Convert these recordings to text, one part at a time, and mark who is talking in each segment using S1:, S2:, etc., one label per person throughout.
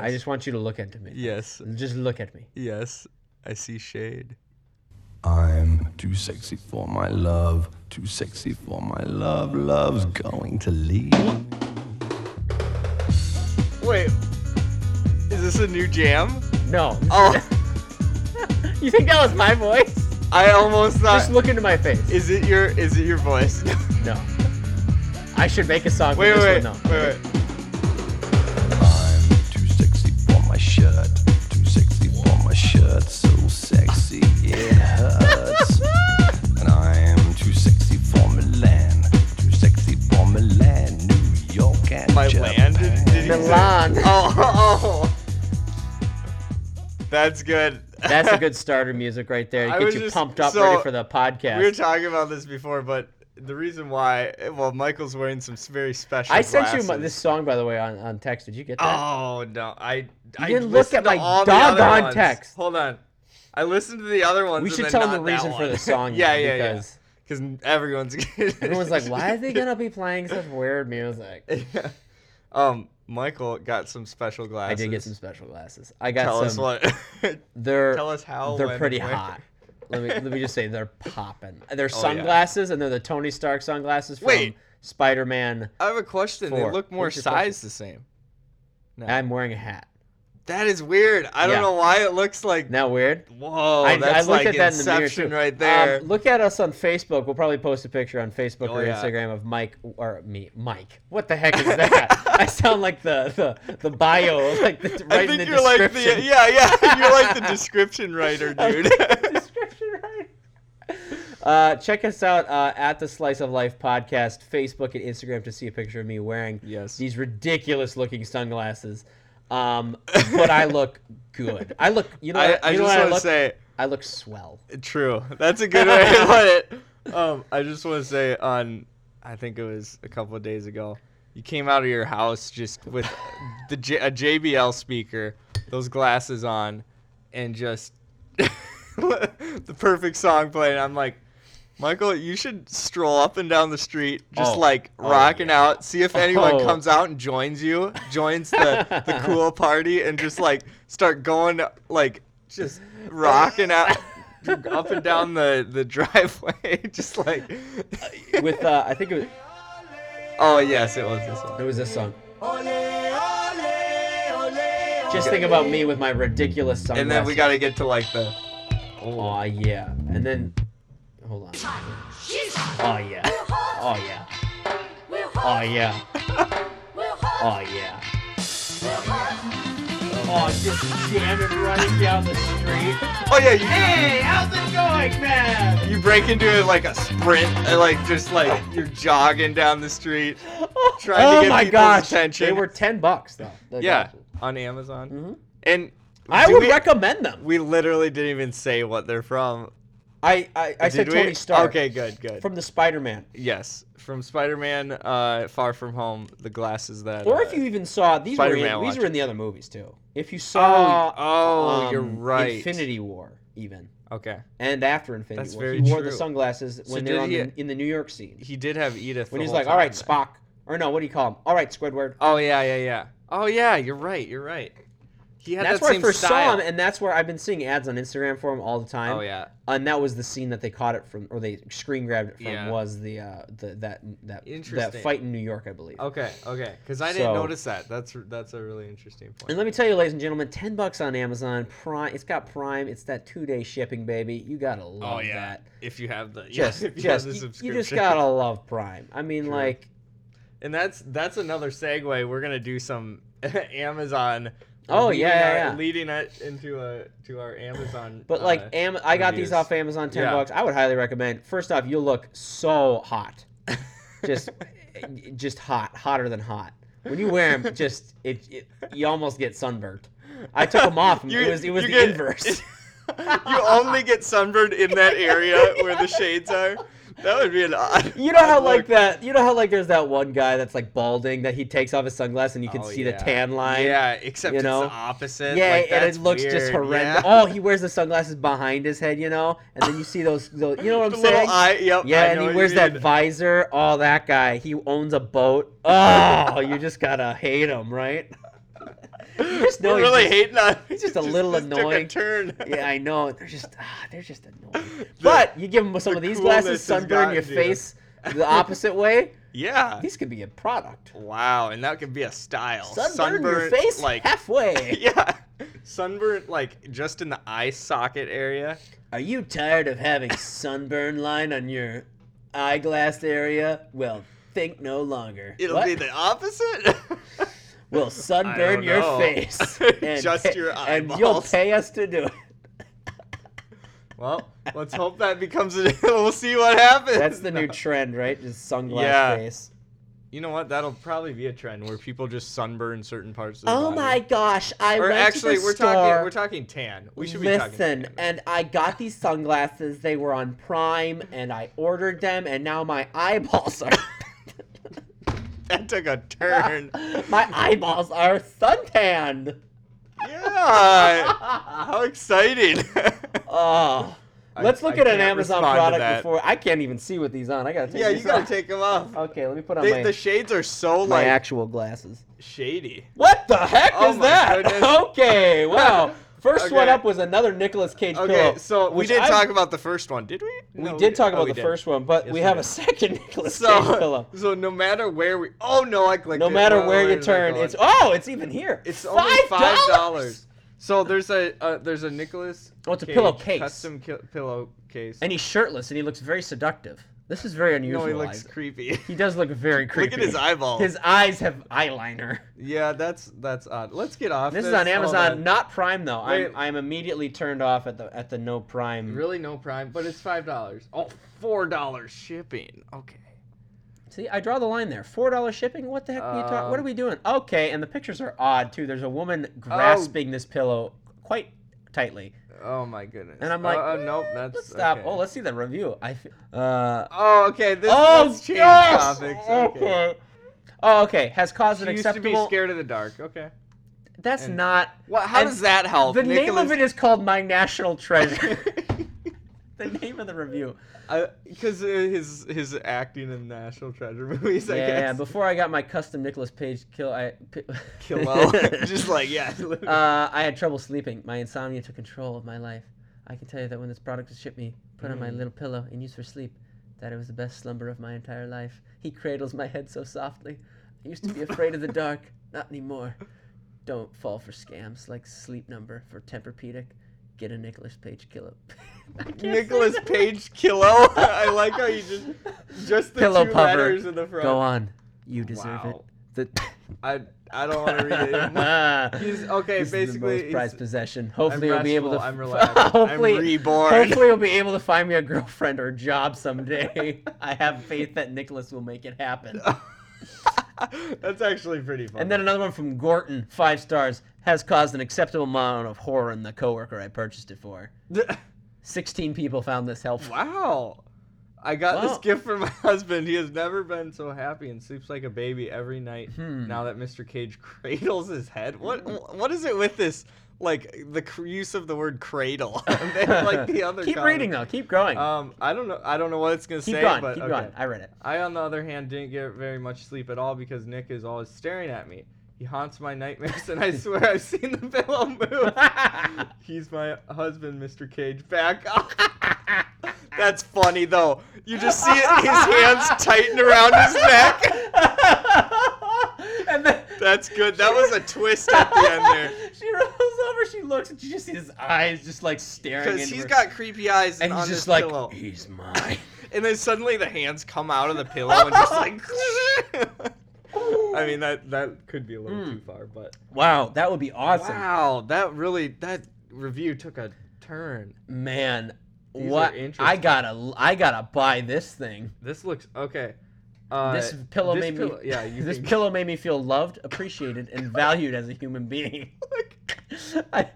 S1: I just want you to look into me.
S2: Yes.
S1: Just look at me.
S2: Yes. I see shade.
S3: I'm too sexy for my love, too sexy for my love. Love's going to leave.
S2: Wait. Is this a new jam?
S1: No.
S2: Oh,
S1: You think that was my voice?
S2: I almost
S1: Just
S2: thought.
S1: look into my face.
S2: Is it your is it your voice?
S1: No. I should make a song for
S2: wait,
S1: this
S2: wait,
S1: one.
S2: wait,
S1: No.
S2: wait.
S3: I'm too sexy for my shirt, too sexy for my shirt. So sexy it hurts. and I'm too sexy for Milan, too sexy for Milan, New York, and
S2: My
S3: Japan.
S2: land? Did, did he say-
S1: Milan.
S2: Oh, oh. That's good.
S1: That's a good starter music right there.
S2: I
S1: Get
S2: was
S1: you
S2: just-
S1: pumped up,
S2: so,
S1: ready for the
S2: we were
S1: podcast.
S2: talking about this before, but the reason why, well, Michael's wearing some very special.
S1: I sent you my,
S2: glasses.
S1: this song by the way on, on text. Did you get that?
S2: Oh no, I I
S1: didn't look
S2: listened
S1: at
S2: to
S1: my
S2: all the other
S1: doggone
S2: ones.
S1: text.
S2: Hold on, I listened to the other ones.
S1: we
S2: and
S1: should
S2: then
S1: tell them
S2: not
S1: the reason
S2: that
S1: for the
S2: one.
S1: song.
S2: yeah,
S1: now,
S2: yeah, yeah.
S1: because
S2: Because everyone's
S1: Everyone's like, why is he gonna be playing such weird music?
S2: Yeah. Um, Michael got some special glasses.
S1: I did get some special glasses. I got
S2: Tell
S1: some.
S2: us what.
S1: They're
S2: Tell us how.
S1: they're
S2: when,
S1: pretty
S2: where. Oh,
S1: hot. Let me let me just say they're popping. They're
S2: yeah.
S1: sunglasses and they're the Tony Stark sunglasses from
S2: Wait.
S1: Spider-Man.
S2: I have a question. They
S1: Four.
S2: look more
S1: What's your
S2: size the same.
S1: I'm wearing a hat.
S2: That is weird. I don't
S1: Yeah.
S2: know why it looks like.
S1: Isn't that weird?
S2: Whoa,
S1: I,
S2: that's
S1: I looked
S2: like
S1: at that in the mirror
S2: Inception
S1: too.
S2: right
S1: Um,
S2: there.
S1: look at us on Facebook. We'll probably post a picture on Facebook
S2: Oh,
S1: or
S2: yeah.
S1: Instagram of Mike or me, Mike. What the heck is that? I sound like the the, the bio, like the, right
S2: I
S1: in the
S2: think you're like the
S1: description.
S2: yeah yeah you're like the description writer, dude.
S1: description right. Uh, check us out uh, at the Slice of Life podcast, Facebook and Instagram to see a picture of me wearing
S2: Yes.
S1: these ridiculous looking sunglasses. Um, but I look good. I look, you know,
S2: I,
S1: what,
S2: I
S1: you know
S2: just
S1: what I
S2: want to
S1: look?
S2: say
S1: I look swell.
S2: true. That's a good way to put it. Um, I just want to say on I think it was a couple of days ago, you came out of your house just with the J- a JBL speaker, those glasses on, and just the perfect song playing. I'm like. Michael, you should stroll up and down the street, just
S1: Oh.
S2: like
S1: Oh,
S2: rocking
S1: yeah.
S2: out. See if anyone
S1: Oh.
S2: comes out and joins you, joins the, the cool party, and just like start going like just rocking out up and down the the driveway, just like.
S1: With uh, I think it was,
S2: oh yes, it was this
S1: it
S2: one.
S1: was this song.
S2: And
S1: Just think about me with my ridiculous sunglasses.
S2: then we gotta get to like the.
S1: Oh yeah, and then hold on. Oh yeah. Oh yeah. Oh yeah. Oh yeah. Oh, just jamming running down the street.
S2: Oh yeah,
S1: Hey, how's it going, man?
S2: you, you break into it like a sprint, and like just like you're jogging down the street. Trying to
S1: oh
S2: get
S1: my
S2: people's
S1: gosh,
S2: attention.
S1: they were ten bucks though. The
S2: Yeah,
S1: glasses.
S2: on Amazon. And
S1: I
S2: do
S1: would
S2: we,
S1: recommend them.
S2: we literally didn't even say what they're from.
S1: I I, I said
S2: Did we?
S1: Tony Stark.
S2: Okay, good, good.
S1: From the Spider-Man.
S2: yes, from Spider-Man: uh, Far From Home. The glasses that.
S1: Or
S2: uh,
S1: if you even saw these
S2: Spider-Man
S1: were in, these
S2: watch.
S1: were in the other movies too. If you saw
S2: oh,
S1: um,
S2: you're right.
S1: Infinity War even
S2: Okay.
S1: and after Infinity
S2: That's
S1: War
S2: very
S1: he wore the
S2: true.
S1: sunglasses when
S2: did
S1: they're on
S2: he-
S1: the, in the New York scene
S2: He did have Edith.
S1: when
S2: the
S1: he's
S2: whole
S1: like all right
S2: time.
S1: Spock or no what do you call him all right Squidward
S2: Oh yeah, yeah, yeah. Oh yeah, you're right. You're right. He had
S1: that's
S2: that
S1: where I
S2: same
S1: first
S2: style.
S1: saw him and that's where I've been seeing ads on Instagram for him all the time
S2: Oh yeah.
S1: and that was the scene that they caught it from or they screen grabbed it from
S2: Yeah.
S1: was the uh the that that that
S2: Interesting. Oh.
S1: fight in New York I believe
S2: Okay, okay. Because I
S1: So-
S2: didn't notice that. That's that's a really interesting point.
S1: And let me tell you, ladies and gentlemen, ten bucks on Amazon Prime. It's got Prime. It's that two-day shipping, baby. You gotta love
S2: oh yeah.
S1: that.
S2: If you have the
S1: Just,
S2: yeah, if you
S1: just,
S2: have the
S1: you,
S2: subscription.
S1: you just gotta love Prime. I mean, like,
S2: And that's that's another segue. We're gonna do some Amazon.
S1: Oh,
S2: leading
S1: yeah, yeah,
S2: our-
S1: yeah.
S2: leading it into a to our Amazon.
S1: but
S2: uh,
S1: like, Am- I got these
S2: reviews.
S1: off Amazon, ten
S2: Yeah.
S1: bucks. I would highly recommend. First off, you look so hot, just, just hot, hotter than hot. When you wear them, just it, it, you almost get sunburned. I took them off. and
S2: You-
S1: it was, it was
S2: you
S1: the
S2: get-
S1: inverse.
S2: you only get sunburned in that area where the shades are. That would be an odd.
S1: You know how
S2: odd
S1: like
S2: look.
S1: that. You know how like there's that one guy that's like balding that he takes off his sunglasses and you can
S2: Oh,
S1: see
S2: yeah.
S1: the tan line.
S2: Yeah, except
S1: you know?
S2: it's the opposite.
S1: Yeah,
S2: like,
S1: and
S2: that's
S1: it looks just
S2: weird,
S1: horrendous.
S2: Yeah.
S1: Oh, he wears the sunglasses behind his head, you know, and then you see those. those you know what I'm
S2: the
S1: saying?
S2: little eye. Yep.
S1: yeah,
S2: I
S1: and
S2: know
S1: he
S2: what you
S1: wears that
S2: mean.
S1: visor. Oh, that guy. He owns a boat. Oh, you just gotta hate him, right? just know
S2: We're
S1: he's
S2: really
S1: just-
S2: hating on. He's
S1: just a little annoying.
S2: Took a turn.
S1: Yeah, I know. They're just ah, they're just annoying. but you give him some
S2: the
S1: of these
S2: coolness
S1: glasses,
S2: has
S1: sunburn your
S2: gotten to you.
S1: face the opposite way.
S2: Yeah.
S1: These could be a product.
S2: Wow, and that could be a style.
S1: Sunburn, your face
S2: like
S1: halfway.
S2: yeah, sunburn like just in the eye socket area.
S1: Are you tired of having sunburn line on your eyeglass area? Well, think no longer.
S2: It'll
S1: What?
S2: be the opposite.
S1: We'll sunburn your
S2: know.
S1: face.
S2: Just your
S1: And you'll
S2: eyeballs.
S1: pay us to do it.
S2: well, let's hope that becomes. A, we'll see what happens.
S1: That's the new
S2: No.
S1: trend, right? Just sunglass
S2: Yeah.
S1: face.
S2: you know what? That'll probably be a trend where people just sunburn certain parts of the
S1: Oh
S2: body.
S1: my gosh! I
S2: Or
S1: went
S2: actually,
S1: to the
S2: we're
S1: store.
S2: talking. We're talking tan. We should be
S1: Listen,
S2: talking. tan right
S1: and I got these sunglasses. They were on Prime, and I ordered them, and now my eyeballs are
S2: now. that took a turn.
S1: my eyeballs are suntanned.
S2: yeah. How exciting.
S1: Oh,
S2: I-
S1: let's look
S2: I
S1: at an
S2: can't
S1: Amazon
S2: respond to
S1: product
S2: that.
S1: before. I can't even see with these on. I gotta take.
S2: yeah, you
S1: these
S2: gotta
S1: off.
S2: take them off.
S1: Okay, let me put on
S2: They-
S1: my,
S2: the shades are so
S1: my
S2: like
S1: actual glasses.
S2: shady.
S1: What the heck
S2: Oh
S1: is
S2: my
S1: that?
S2: goodness.
S1: okay, wow. First one
S2: Okay.
S1: up was another Nicolas Cage pillow.
S2: Okay, so we
S1: which
S2: did
S1: I-
S2: talk about the first one, did we?
S1: We
S2: No,
S1: did talk
S2: oh,
S1: about
S2: we
S1: the
S2: did.
S1: first one, but
S2: Yes,
S1: we
S2: we
S1: have
S2: did.
S1: a second Nicolas Cage
S2: So,
S1: pillow.
S2: so no matter where we, oh no, I clicked.
S1: No
S2: it.
S1: matter
S2: Oh,
S1: where you
S2: did I
S1: turn,
S2: go?
S1: it's oh, it's even here.
S2: it's only five dollars. So there's a uh, there's a Nicholas.
S1: Oh, it's a pillowcase.
S2: Custom ki- pillowcase.
S1: And he's shirtless, and he looks very seductive. This is very unusual.
S2: no, he looks
S1: Isaac.
S2: creepy.
S1: He does look very
S2: Look
S1: creepy.
S2: at his eyeballs.
S1: His eyes have eyeliner.
S2: yeah, that's that's odd. Let's get off.
S1: This,
S2: This,
S1: is on
S2: Hold
S1: Amazon,
S2: on.
S1: not Prime though.
S2: Wait.
S1: I'm I'm immediately turned off at the at the no Prime.
S2: Really, no prime, but it's five dollars. Oh, four dollars shipping. Okay.
S1: See, I draw the line there. Four dollar shipping. What the heck? are you ta- what are
S2: Um,
S1: we doing? Okay, and the pictures are odd too. There's a woman grasping this pillow quite tightly,
S2: Oh my goodness.
S1: and I'm like,
S2: oh, oh, nope,
S1: "Eh,
S2: that's
S1: let's stop.
S2: okay.
S1: Oh, let's see the review. I f- uh.
S2: Oh, okay. This
S1: Oh,
S2: let's change
S1: yes!
S2: topics.
S1: Okay.
S2: Okay.
S1: Oh, okay. Has caused
S2: She
S1: an
S2: used to be
S1: acceptable.
S2: scared of the dark. Okay.
S1: That's
S2: and-
S1: not.
S2: What? How
S1: And
S2: does that help?
S1: The name of it is called My National Treasure. the name of the review.
S2: because uh, his his acting in National Treasure movies. I
S1: yeah,
S2: guess.
S1: yeah, Before I got my custom Nicolas Page kill, I pi-
S2: Killo. Just like yeah.
S1: uh, I had trouble sleeping. My insomnia took control of my life. I can tell you that when this product was shipped me, put on my
S2: Mm.
S1: little pillow and used for sleep, that it was the best slumber of my entire life. He cradles my head so softly. I used to be afraid of the dark, not anymore. Don't fall for scams like Sleep Number for Tempur-Pedic. Get a Nicolas Page killer. I can't say
S2: Nicholas
S1: that.
S2: Page Killo. I like how you just just the
S1: Pillow
S2: two
S1: cover.
S2: letters in the front.
S1: Go on, you deserve
S2: Wow.
S1: it. The-
S2: I I don't want to read it. anymore. He's okay.
S1: This is the
S2: basically,
S1: most prized
S2: he's-
S1: possession. Hopefully, we'll be able to.
S2: restful, I'm relaxed, I'm
S1: hopefully,
S2: reborn.
S1: Hopefully, we'll be able to find me a girlfriend or a job someday. I have faith that Nicholas will make it happen.
S2: that's actually pretty funny.
S1: And then another one from Gorton, five stars, has caused an acceptable amount of horror in the coworker I purchased it for. Sixteen people found this helpful.
S2: Wow. I got this
S1: Wow.
S2: gift from my husband. He has never been so happy and sleeps like a baby every night
S1: Hmm.
S2: now that Mr. Cage cradles his head. What what is it with this like the cr- use of the word cradle? They have, like the other
S1: Keep
S2: common-
S1: reading though. Keep growing.
S2: Um I don't know I don't know what it's going to
S1: keep
S2: say
S1: going.
S2: but
S1: Keep
S2: okay.
S1: going. I read it.
S2: I, on the other hand, didn't get very much sleep at all because Nick is always staring at me. He haunts my nightmares, and I swear I've seen the pillow move. He's my husband, Mr. Cage. Back up. That's funny though. You just see it, his hands tighten around his neck.
S1: and then
S2: That's good. That was a twist at the end there.
S1: she rolls over, she looks, and you just see his eyes just like staring.
S2: Because
S1: into
S2: he's
S1: her.
S2: got creepy eyes
S1: and he's
S2: on
S1: just
S2: his
S1: like,
S2: pillow.
S1: he's mine.
S2: And then suddenly the hands come out of the pillow and just like. I mean that that could be a little too far, but
S1: Wow, that would be awesome,
S2: wow, that really that review took a turn.
S1: man.
S2: These
S1: what
S2: are interesting.
S1: I gotta, I gotta buy this thing.
S2: This looks okay. Uh,
S1: This pillow
S2: this
S1: made
S2: pillow-
S1: me,
S2: Yeah, you
S1: this
S2: can-
S1: pillow made me feel loved, appreciated, and valued as a human being. I,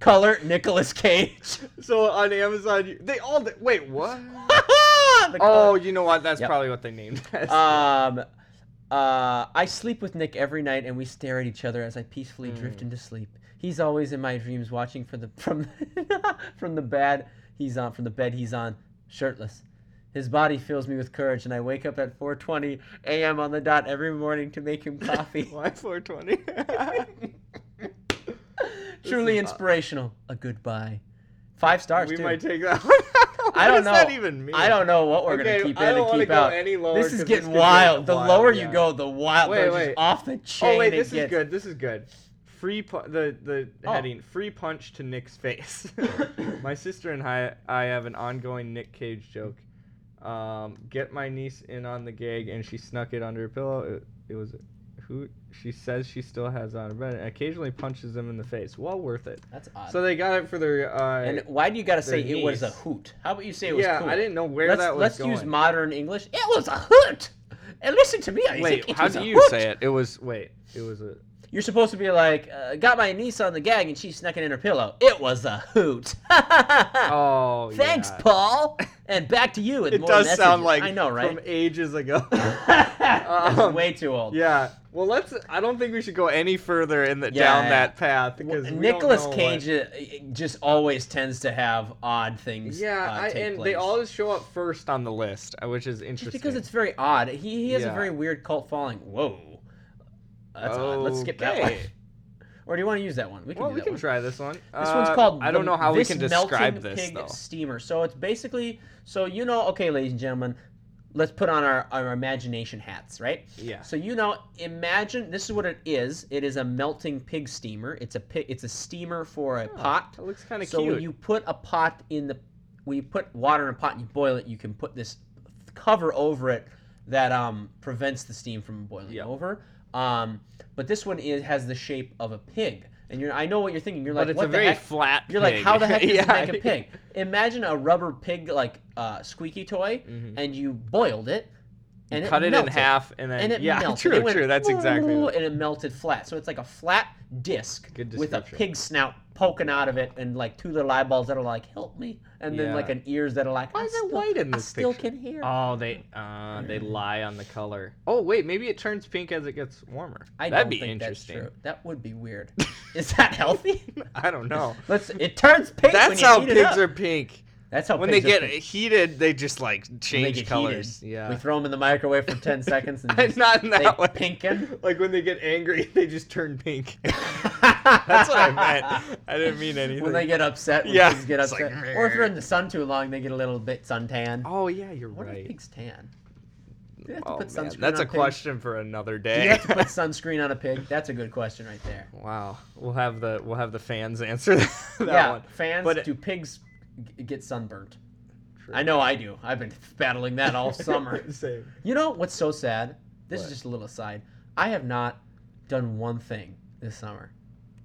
S1: color Nicolas Cage.
S2: So on Amazon, you- they all wait what?
S1: The
S2: Oh,
S1: color-
S2: you know what? That's
S1: Yep.
S2: probably what they named. This.
S1: Um, uh, I sleep with Nick every night, and we stare at each other as I peacefully drift
S2: Hmm.
S1: into sleep. He's always in my dreams, watching for the from from the bed he's on, from the bed he's on, shirtless. His body fills me with courage, and I wake up at 4:20 a.m. on the dot every morning to make him coffee.
S2: Why 420?
S1: Truly inspirational. A goodbye. Five stars
S2: we
S1: too.
S2: might take that one. out.
S1: I don't
S2: What does
S1: know.
S2: that even mean?
S1: I don't know what we're
S2: Okay,
S1: gonna keep
S2: I
S1: in
S2: don't
S1: and
S2: wanna
S1: keep
S2: go
S1: out.
S2: any lower
S1: this
S2: 'cause
S1: is
S2: this
S1: getting
S2: could get
S1: wild. The
S2: wild,
S1: lower
S2: yeah.
S1: you go, the wild.
S2: Wait,
S1: Wait,
S2: wait.
S1: off the chain.
S2: Oh wait,
S1: it
S2: this is
S1: gets.
S2: good. This is good. Free pu- the the
S1: Oh.
S2: heading free punch to Nick's face. my sister and I I have an ongoing Nick Cage joke. Um, get my niece in on the gig, and she snuck it under her pillow. It, it was who she says she still has on her bed, and occasionally punches him in the face. Well worth it.
S1: That's odd.
S2: So they got it for their. Uh,
S1: and why do you gotta say
S2: their
S1: it was a
S2: niece.
S1: hoot? How about you say it was
S2: yeah,
S1: cool?
S2: I didn't know where
S1: let's,
S2: that was
S1: Let's
S2: going.
S1: use modern English. It was a hoot. And listen to me, Isaac.
S2: wait,
S1: it
S2: how
S1: was
S2: do
S1: a
S2: you
S1: hoot.
S2: say it? It was wait. It was a.
S1: You're supposed to be like, uh, got my niece on the gag and she snuck it in her pillow. It was a hoot.
S2: Oh,
S1: Thanks,
S2: yeah.
S1: Paul. And back to you. With
S2: It
S1: more
S2: does
S1: messages.
S2: sound like
S1: I know, right?
S2: from ages ago.
S1: That's
S2: Um,
S1: way too old.
S2: Yeah. Well, let's. I don't think we should go any further in the,
S1: Yeah,
S2: down
S1: yeah.
S2: that path because we don't
S1: Nicholas
S2: know what-
S1: Cage uh, just always tends to have odd things.
S2: yeah,
S1: uh,
S2: I,
S1: take
S2: and they
S1: place.
S2: always show up first on the list, uh, which is interesting.
S1: just because it's very odd. He he has
S2: Yeah.
S1: a very weird cult following. Whoa, that's odd. Let's skip that one.
S2: Okay.
S1: Or do you want to use that one? We can
S2: well,
S1: do
S2: we
S1: that
S2: can
S1: one.
S2: try this one.
S1: This one's
S2: Uh,
S1: called.
S2: I don't
S1: The-
S2: know how we
S1: This
S2: can describe
S1: Melting
S2: this
S1: pig
S2: though.
S1: Steamer. So it's basically so you know. Okay, ladies and gentlemen, let's put on our, our imagination hats, right?
S2: Yeah.
S1: So you know, imagine this is what it is. It is a melting pig steamer. It's a pig, it's a steamer for a pot.
S2: It looks kind of
S1: So
S2: cute.
S1: when you put a pot in the, when you put water in a pot and you boil it, you can put this cover over it that um prevents the steam from boiling
S2: Yeah.
S1: over. Um, but this one is has the shape of a pig, and you're I know what you're thinking. You're
S2: but
S1: like,
S2: it's
S1: what
S2: a
S1: the
S2: very
S1: heck?
S2: flat.
S1: You're like,
S2: pig.
S1: how the heck does
S2: yeah.
S1: it make a pig? Imagine a rubber pig like uh, squeaky toy,
S2: Mhm.
S1: and you boiled it, and
S2: Cut it, in
S1: melted.
S2: half and then
S1: and it
S2: yeah,
S1: melted.
S2: true,
S1: It went
S2: true. That's exactly. what-
S1: and it melted flat. So it's like a flat disc
S2: Good
S1: with a
S2: description.
S1: pig snout poking out of it, and like two little eyeballs that are like, "Help me," and then like
S2: Yeah.
S1: an ears that are like,
S2: Why
S1: I
S2: is it
S1: still-
S2: white in
S1: I
S2: this
S1: still
S2: picture?
S1: can hear.
S2: Oh, they uh, they lie on the color. Oh wait, maybe it turns pink as it gets warmer.
S1: I
S2: That'd
S1: don't
S2: be
S1: think
S2: interesting.
S1: That's true. That would be weird. is that healthy?
S2: I don't know.
S1: Let's. It turns pink. when
S2: That's
S1: you
S2: how
S1: heat it
S2: pigs
S1: up.
S2: are pink.
S1: That's how
S2: When they
S1: pigs
S2: get
S1: are pink.
S2: heated, they just like
S1: When they
S2: change
S1: get
S2: colors.
S1: heated,
S2: Yeah.
S1: We throw them in the microwave for ten seconds and just,
S2: Not in
S1: they
S2: that way.
S1: pinken.
S2: Like when they get angry, they just turn pink. That's what I meant. I didn't mean anything.
S1: when they get upset, when
S2: Yeah,
S1: pigs get
S2: it's like,
S1: upset, or if they're in the sun too long, they get a little bit suntan.
S2: oh yeah, you're
S1: What if
S2: right.
S1: pigs tan? Do they have to
S2: Oh,
S1: put
S2: man,
S1: sunscreen
S2: That's
S1: on
S2: a
S1: pig?
S2: question for another
S1: Do
S2: day.
S1: you have to put sunscreen on a pig? That's a good question right there.
S2: wow, we'll have the we'll have the fans answer that
S1: yeah,
S2: one.
S1: fans,
S2: But-
S1: do pigs g- get sunburnt?
S2: True.
S1: I know I do. I've been battling that all summer.
S2: Same.
S1: you know what's so sad? This is
S2: What?
S1: just a little aside. I have not done one thing this summer.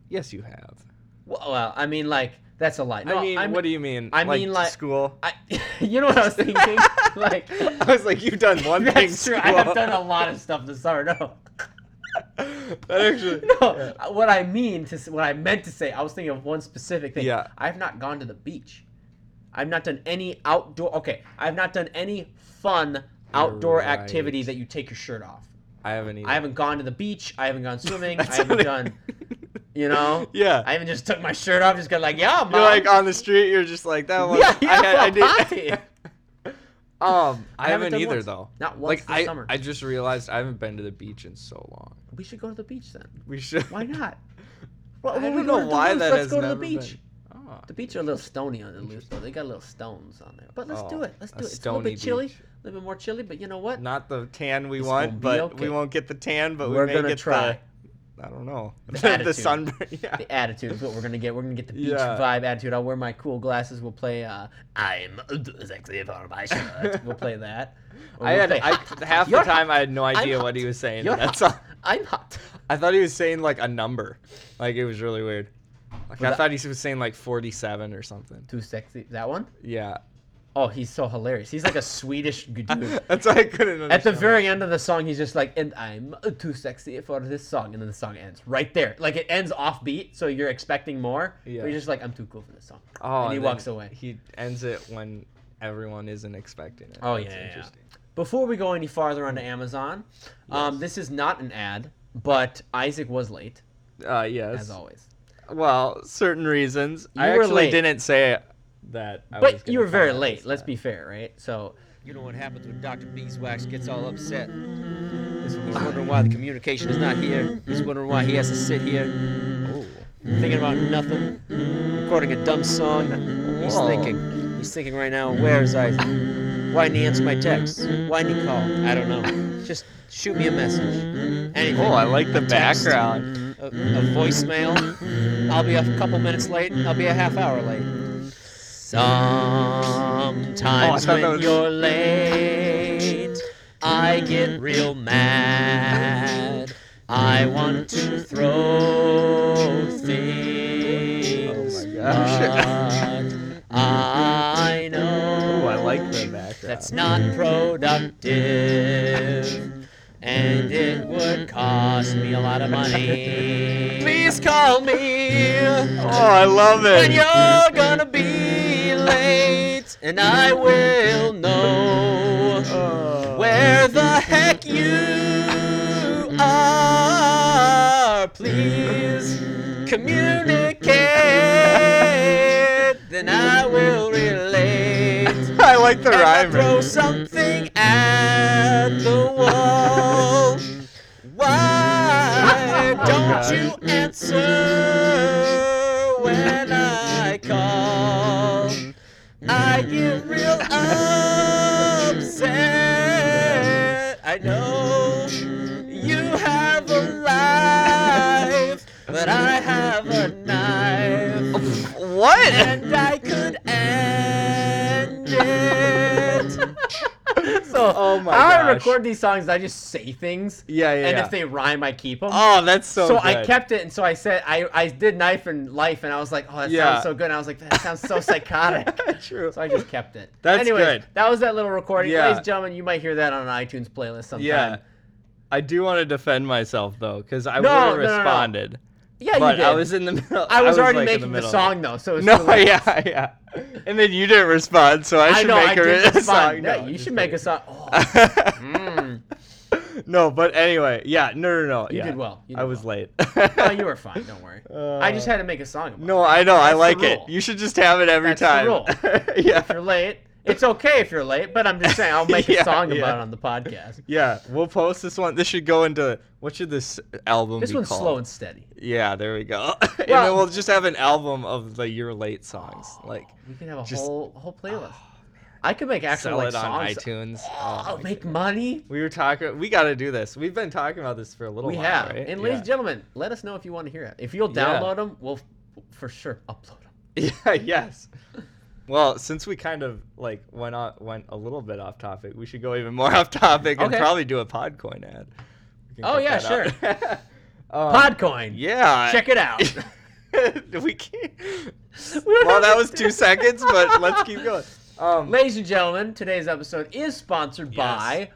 S2: Yes, you have.
S1: Well, well I mean, like that's a lie. No,
S2: I mean,
S1: I'm,
S2: what do you mean?
S1: I
S2: like,
S1: mean,
S2: to
S1: like-
S2: school.
S1: I, you know what I was thinking? like
S2: I was like, you've done one thing.
S1: that's true. I have
S2: school.
S1: done a lot of stuff this summer. No.
S2: that actually.
S1: No,
S2: yeah.
S1: uh, what I mean to s- what I meant to say, I was thinking of one specific thing.
S2: Yeah.
S1: I've not gone to the beach. I've not done any outdoor. Okay, I've not done any fun outdoor
S2: right.
S1: activity that you take your shirt off.
S2: I haven't either.
S1: I haven't gone to the beach. I haven't gone swimming. I
S2: That's
S1: haven't
S2: what
S1: done. You know.
S2: Yeah.
S1: I haven't just took my shirt off. Just got like, yeah, mom.
S2: you're like on the street. You're just like that one.
S1: yeah, yeah,
S2: I, had- I
S1: party.
S2: did. um, I,
S1: haven't
S2: haven't
S1: done
S2: either
S1: once.
S2: though.
S1: Not once
S2: like
S1: this
S2: I,
S1: summer.
S2: I just realized I haven't been to the beach in so long.
S1: we should go to the beach then.
S2: We should.
S1: Why not? Well,
S2: I
S1: when we
S2: don't
S1: go to
S2: know why
S1: Duluth,
S2: that
S1: Let's
S2: has
S1: go to the
S2: never
S1: beach.
S2: Oh,
S1: The beach are a little stony on the loose, though. They got little stones on there. But let's do
S2: Oh,
S1: it. Let's
S2: a
S1: do it. It's a little bit
S2: stony
S1: chilly,
S2: beach.
S1: a little bit more chilly, but you know what?
S2: not the tan we
S1: It's gonna
S2: want,
S1: be
S2: but
S1: okay.
S2: we won't get the tan. But
S1: We're
S2: we may
S1: gonna
S2: get
S1: try.
S2: The, I don't know.
S1: The
S2: the
S1: attitude.
S2: sunburn. Yeah.
S1: The attitude is what we're gonna get. We're gonna get the beach
S2: Yeah.
S1: vibe attitude. I'll wear my cool glasses. We'll play. uh I'm sexy for my shirt. We'll play that. Or
S2: I
S1: we'll
S2: had
S1: play,
S2: I, half the
S1: You're hot.
S2: time I had no idea
S1: hot.
S2: what he was saying.
S1: You're
S2: That's
S1: hot.
S2: all.
S1: I'm hot.
S2: I thought he was saying like a number. Like it was really weird. Like I
S1: that-
S2: thought he was saying like 47 or something.
S1: Too sexy. That one?
S2: Yeah.
S1: Oh, he's so hilarious. He's like a Swedish dude.
S2: That's why I couldn't understand.
S1: At the very end of the song, he's just like, "And I'm too sexy for this song," and then the song ends right there. Like it ends off beat, so you're expecting more.
S2: Yeah.
S1: But you're just like, "I'm too cool for this song,"
S2: Oh,
S1: and he
S2: then
S1: walks away.
S2: He ends it when everyone isn't expecting it.
S1: Oh yeah,
S2: That's
S1: yeah, yeah.
S2: interesting.
S1: Before we go any farther onto Amazon, um, this is not an ad, but Isaac was late
S2: Uh, yes.
S1: as always.
S2: Well, certain reasons. I
S1: You were
S2: actually
S1: late.
S2: didn't say that. I was
S1: But
S2: gonna
S1: you were
S2: come
S1: very
S2: out
S1: late.
S2: this
S1: Let's
S2: time.
S1: be fair, right? So
S4: You know what happens when Dr. Beeswax gets all upset. He's wondering why the communication is not here. He's wondering why he has to sit here.
S2: Oh.
S1: thinking about nothing, recording a dumb song. He's
S2: Whoa.
S1: thinking. He's thinking right now, where is I? Why didn't he answer my text? Why didn't he call? I don't know. Just shoot me a message. Anything.
S2: Oh, I like the
S1: Text.
S2: background.
S1: A, a voicemail. I'll be a couple minutes late. I'll be a half hour late. Sometimes
S2: Oh, I thought that
S1: when
S2: was-
S1: you're late, I get real mad. I want to throw things.
S2: Oh my gosh.
S1: but I know
S2: Oh, I like the background.
S1: that's not productive. And it would cost me a lot of money. Please call me
S2: Oh, I love
S1: when
S2: it.
S1: you're gonna be late, and I will know
S2: Oh.
S1: where the heck you are. Please communicate, then I will relate.
S2: I like the
S1: And I throw
S2: rhyming.
S1: something at the wall. Why
S2: Oh, gosh.
S1: don't you answer when I call? I get real upset. I know you have a life, but I have a knife.
S2: What?
S1: And I could end it.
S5: So
S2: Oh my
S5: how I
S2: gosh.
S5: record these songs, I just say things,
S2: Yeah, yeah.
S5: and
S2: yeah.
S5: if they rhyme, I keep them.
S2: oh, that's so.
S5: so
S2: good.
S5: I kept it, and so I said I, I did knife and life, and I was like, oh, that
S2: Yeah.
S5: sounds so good. And I was like, that sounds so psychotic.
S2: True.
S5: So I just kept it.
S2: That's
S5: Anyways,
S2: good.
S5: That was that little recording,
S2: Yeah.
S5: ladies and gentlemen. You might hear that on an iTunes playlist sometime.
S2: Yeah. I do want to defend myself though, because I would
S5: No,
S2: have
S5: no, no, no.
S2: responded.
S5: yeah, you
S2: But
S5: did.
S2: I was in the middle.
S5: I was already
S2: like, in
S5: making the,
S2: middle of it.
S5: song though, so it's
S2: No,
S5: too late.
S2: yeah, yeah. And then you didn't respond, so I
S5: I
S2: should
S5: know. I
S2: make a-
S5: did
S2: a song.
S5: respond. No, you should make a song. Oh, mm,
S2: No, but anyway, yeah, no, no, no.
S5: You
S2: yeah.
S5: did well. You
S2: I
S5: did
S2: was
S5: well.
S2: late.
S5: no, you were fine. Don't worry. I just had to make a song. About
S2: No,
S5: it.
S2: I know. I
S5: That's the
S2: like it.
S5: rule.
S2: You should just have it every
S5: That's the
S2: time.
S5: rule. If
S2: yeah,
S5: you're late, it's okay if you're late, but I'm just saying I'll make
S2: Yeah,
S5: a song
S2: yeah.
S5: about it on the podcast.
S2: yeah. We'll post this one. This should go into what should this album
S5: This
S2: be
S5: one's
S2: called?
S5: slow and steady.
S2: Yeah, there we go. and then
S5: Well-
S2: we'll just have an album of the year late songs. Like
S5: We can have a
S2: Just- Oh,
S5: whole whole playlist. I could make actual
S2: sell
S5: like
S2: it on
S5: songs.
S2: iTunes.
S5: Oh,
S2: Oh
S5: I'll
S2: my
S5: make
S2: God.
S5: money.
S2: We were talking. We got to do this. We've been talking about this for a little
S5: We
S2: while.
S5: have.
S2: right?
S5: And ladies and gentlemen, let us know if you want to hear it. If you'll
S2: Yeah.
S5: download them, we'll f- for sure upload them.
S2: yeah. yeah. Yes. Well, since we kind of like went on, went a little bit off topic, we should go even more off topic and
S5: Okay.
S2: probably do a Podcoin ad. We can
S5: Oh,
S2: cut
S5: yeah,
S2: that out. um,
S5: Podcoin.
S2: Yeah.
S5: Check it out.
S2: we can't. Well, that was two seconds, but let's keep going. Um,
S5: Ladies and gentlemen, today's episode is sponsored by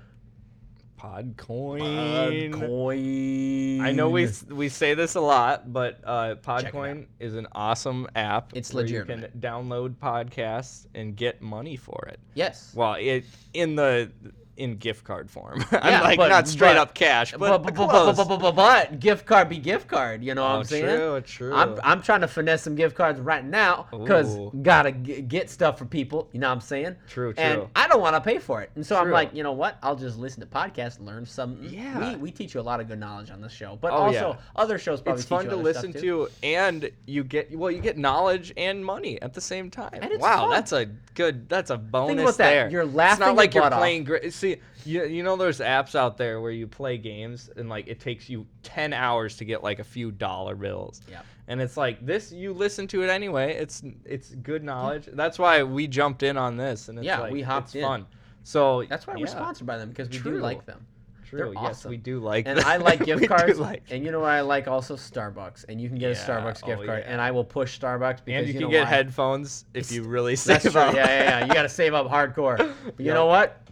S2: Podcoin.
S5: Podcoin.
S2: I know we we say this a lot, but uh,
S5: it
S2: Podcoin is an awesome app.
S5: It's
S2: where You
S5: legitimate.
S2: can download podcasts and get money for it.
S5: Yes.
S2: Well, it in the in gift card form.
S5: Yeah,
S2: I'm like
S5: but-
S2: not straight
S5: but-
S2: up cash, but,
S5: But, but, but, but, but, but, but gift card be gift card. You know what
S2: oh,
S5: I'm saying?
S2: true, true.
S5: I'm, I'm trying to finesse some gift cards right now because
S2: Ooh.
S5: gotta g- get stuff for people. You know what I'm saying?
S2: True,
S5: And
S2: true.
S5: I don't want to pay for it, and so I'm
S2: True.
S5: like, you know what? I'll just listen to podcasts, learn some.
S2: Yeah.
S5: We, we teach you a lot of good knowledge on this show, but
S2: Oh, yeah.
S5: also other shows probably
S2: it's
S5: teach
S2: fun
S5: you
S2: to
S5: other stuff,
S2: listen
S5: too.
S2: to, and you get well, you get knowledge and money at the same time.
S5: And it's
S2: wow,
S5: fun.
S2: that's a good, that's a bonus
S5: that.
S2: there.
S5: You're
S2: It's
S5: laughing
S2: not
S5: your
S2: like you're
S5: butt off.
S2: playing. Gra- see, you, you know, there's apps out there where you play games, and like it takes you ten hours to get like a few dollar bills.
S5: Yep.
S2: And it's like this, you listen to it anyway. It's it's good knowledge. That's why we jumped in on this, and it's
S5: Yeah,
S2: like,
S5: we hopped
S2: it's
S5: in.
S2: fun. So
S5: That's why
S2: yeah,
S5: we're sponsored by them because we
S2: True.
S5: do like them.
S2: True.
S5: They're
S2: Yes,
S5: awesome.
S2: we do like.
S5: And
S2: them.
S5: I like
S2: We
S5: gift
S2: do
S5: cards.
S2: like
S5: and you know what I like also Starbucks. And you can get
S2: Yeah,
S5: a Starbucks gift
S2: oh,
S5: card.
S2: yeah.
S5: And I will push Starbucks because
S2: and you,
S5: know
S2: can get
S5: why?
S2: headphones if you really save
S5: That's true. Yeah,
S2: up.
S5: yeah, yeah. You gotta save up hardcore. But you
S2: Yep.
S5: know what?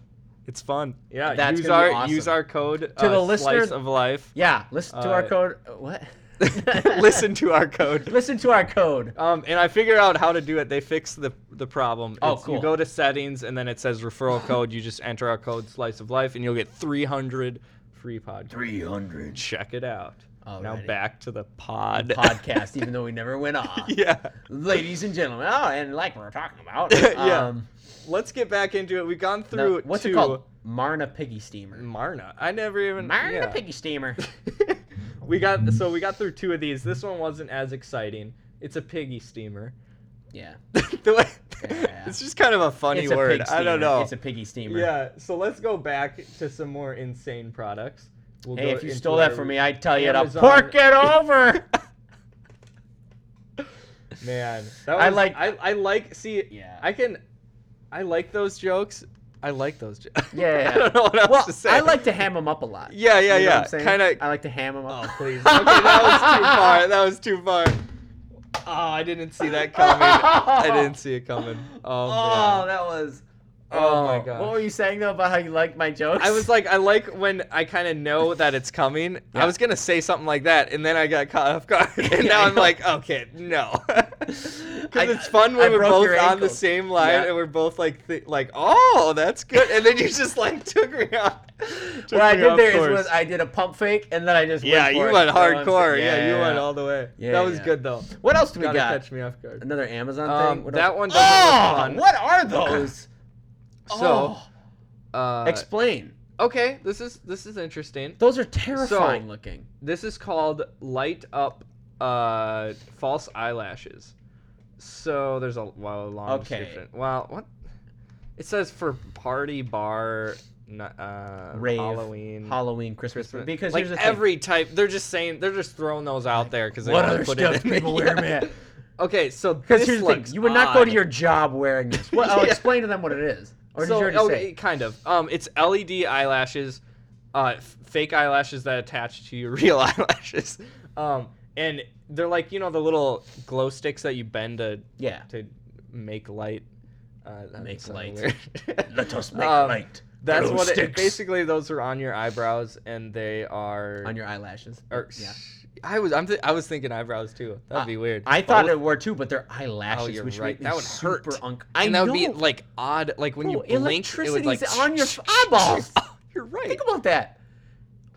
S2: It's fun. Yeah,
S5: That's
S2: use
S5: gonna
S2: our
S5: be
S2: use
S5: awesome.
S2: our code
S5: To
S2: uh,
S5: the listener-
S2: slice of life.
S5: Yeah, listen to our
S2: Uh,
S5: code. What?
S2: Listen to our code.
S5: Listen to our code.
S2: Um, and I figured out how to do it. They fixed the the problem.
S5: Oh,
S2: It's- You
S5: cool.
S2: go to settings and then it says referral code. You just enter our code slice of life and you'll get 300 free pod.
S3: 300.
S2: Check it out. Now
S5: Alrighty.
S2: back to the pod.
S5: Podcast, even though we never went off.
S2: yeah.
S5: Ladies and gentlemen, oh, and like we were talking about.
S2: Yeah.
S5: Um,
S2: Let's get back into it. We've gone
S5: no,
S2: through
S5: what's
S2: two-
S5: it called? Marna Piggy Steamer.
S2: Marna. I never even
S5: Marna
S2: yeah.
S5: Piggy Steamer.
S2: we got so we got through two of these. This one wasn't as exciting. It's a piggy steamer.
S5: Yeah.
S2: the way,
S5: Yeah.
S2: it's just kind of a funny
S5: It's a
S2: word.
S5: pig
S2: I
S5: steamer.
S2: don't know.
S5: It's a piggy steamer.
S2: yeah. So let's go back to some more insane products. We'll
S5: Hey,
S2: go
S5: if you
S2: into
S5: stole that
S2: our-
S5: from me, I'd tell you to
S2: Amazon-
S5: pork it over.
S2: Man, that was,
S5: I
S2: I
S5: like-
S2: like. I, I like. See,
S5: Yeah.
S2: I can. I like those jokes. I like those jokes.
S1: Yeah.
S2: I don't know what else
S1: Well,
S2: to say.
S1: I like to ham them up a lot.
S2: Yeah, yeah,
S1: You know what
S2: yeah.
S1: I'm saying?
S2: Kind of.
S1: I like to ham them up.
S2: Oh please. Okay, that was too far. That was too far. Oh, I didn't see that coming. I didn't see it coming. Oh,
S1: Oh,
S2: man.
S1: that was.
S2: Oh, my
S1: What
S2: gosh.
S1: were you saying though about how you liked my jokes?
S2: I was like, I like when I kind of know that it's coming. I was gonna say something like that, and then I got caught off guard, and now
S1: I
S2: I'm
S1: know.
S2: like, okay, no, because
S1: I-
S2: it's fun
S1: I
S2: when we're
S1: broke
S2: both
S1: your
S2: on the
S1: ankles.
S2: same line,
S1: Yeah.
S2: and we're both like, th- like, oh, that's good, and then you just like took me off. took
S1: what I
S2: me
S1: did
S2: off
S1: there is
S2: course.
S1: was I did a pump fake and then I just
S2: yeah,
S1: went for
S2: you
S1: it,
S2: went
S1: know what I'm
S2: hardcore.
S1: saying?
S2: Yeah, you went
S1: yeah.
S2: all the way.
S1: Yeah,
S2: that was
S1: yeah.
S2: good though.
S1: What else do we
S2: Gotta
S1: got?
S2: catch me off guard.
S1: Another Amazon
S2: Um,
S1: thing. What
S2: that
S1: else?
S2: one doesn't look
S5: oh,
S2: fun.
S5: what are those? Oh.
S2: So, uh,
S1: Explain.
S2: okay, this is this is interesting.
S1: Those are terrifying looking.
S2: This is called light up uh, false eyelashes. So there's a well, a long
S5: Okay.
S2: description. Well, what? It says for party bar, n- uh,
S5: Rave,
S2: Halloween,
S5: Halloween, Christmas.
S2: Christmas.
S5: Because
S2: like
S5: here's the
S2: every type, they're just saying they're just throwing those out there because
S5: thing.
S2: they
S5: What
S2: wanna
S5: other
S2: put
S5: stuff
S2: it in.
S5: people
S2: Yeah.
S5: wear, man?
S2: Okay, so
S5: Because
S2: this
S5: here's the thing:
S2: looks
S5: you would not go to
S2: odd.
S5: your job wearing this. Well, I'll
S2: Yeah.
S5: explain to them what it is. Or did you already
S2: okay,
S5: say?
S2: oh, kind of. Um, it's LED eyelashes, uh, f- fake eyelashes that attach to your real eyelashes. Um, and they're like you know the little glow sticks that you bend to
S5: Yeah.
S2: to make light. Uh, that
S5: Make
S2: sounded
S5: light.
S2: weird.
S5: Let us make
S2: Um,
S5: light.
S2: That's
S5: Glow
S2: what it- it
S5: sticks.
S2: basically. Those are on your eyebrows, and they are
S5: on your eyelashes.
S2: Or,
S5: yeah.
S2: I was I'm th- I was thinking eyebrows too. That'd be weird.
S5: I thought
S2: Both-
S5: it were too, but they're eyelashes,
S2: Oh, you're
S5: which
S2: right.
S5: make me
S2: That would hurt.
S5: super unc- I
S2: and that would be
S5: know.
S2: like odd. Like when you
S5: Bro,
S2: blink, it would like
S5: electricity's on your eyeballs.
S2: You're right.
S5: Think about that.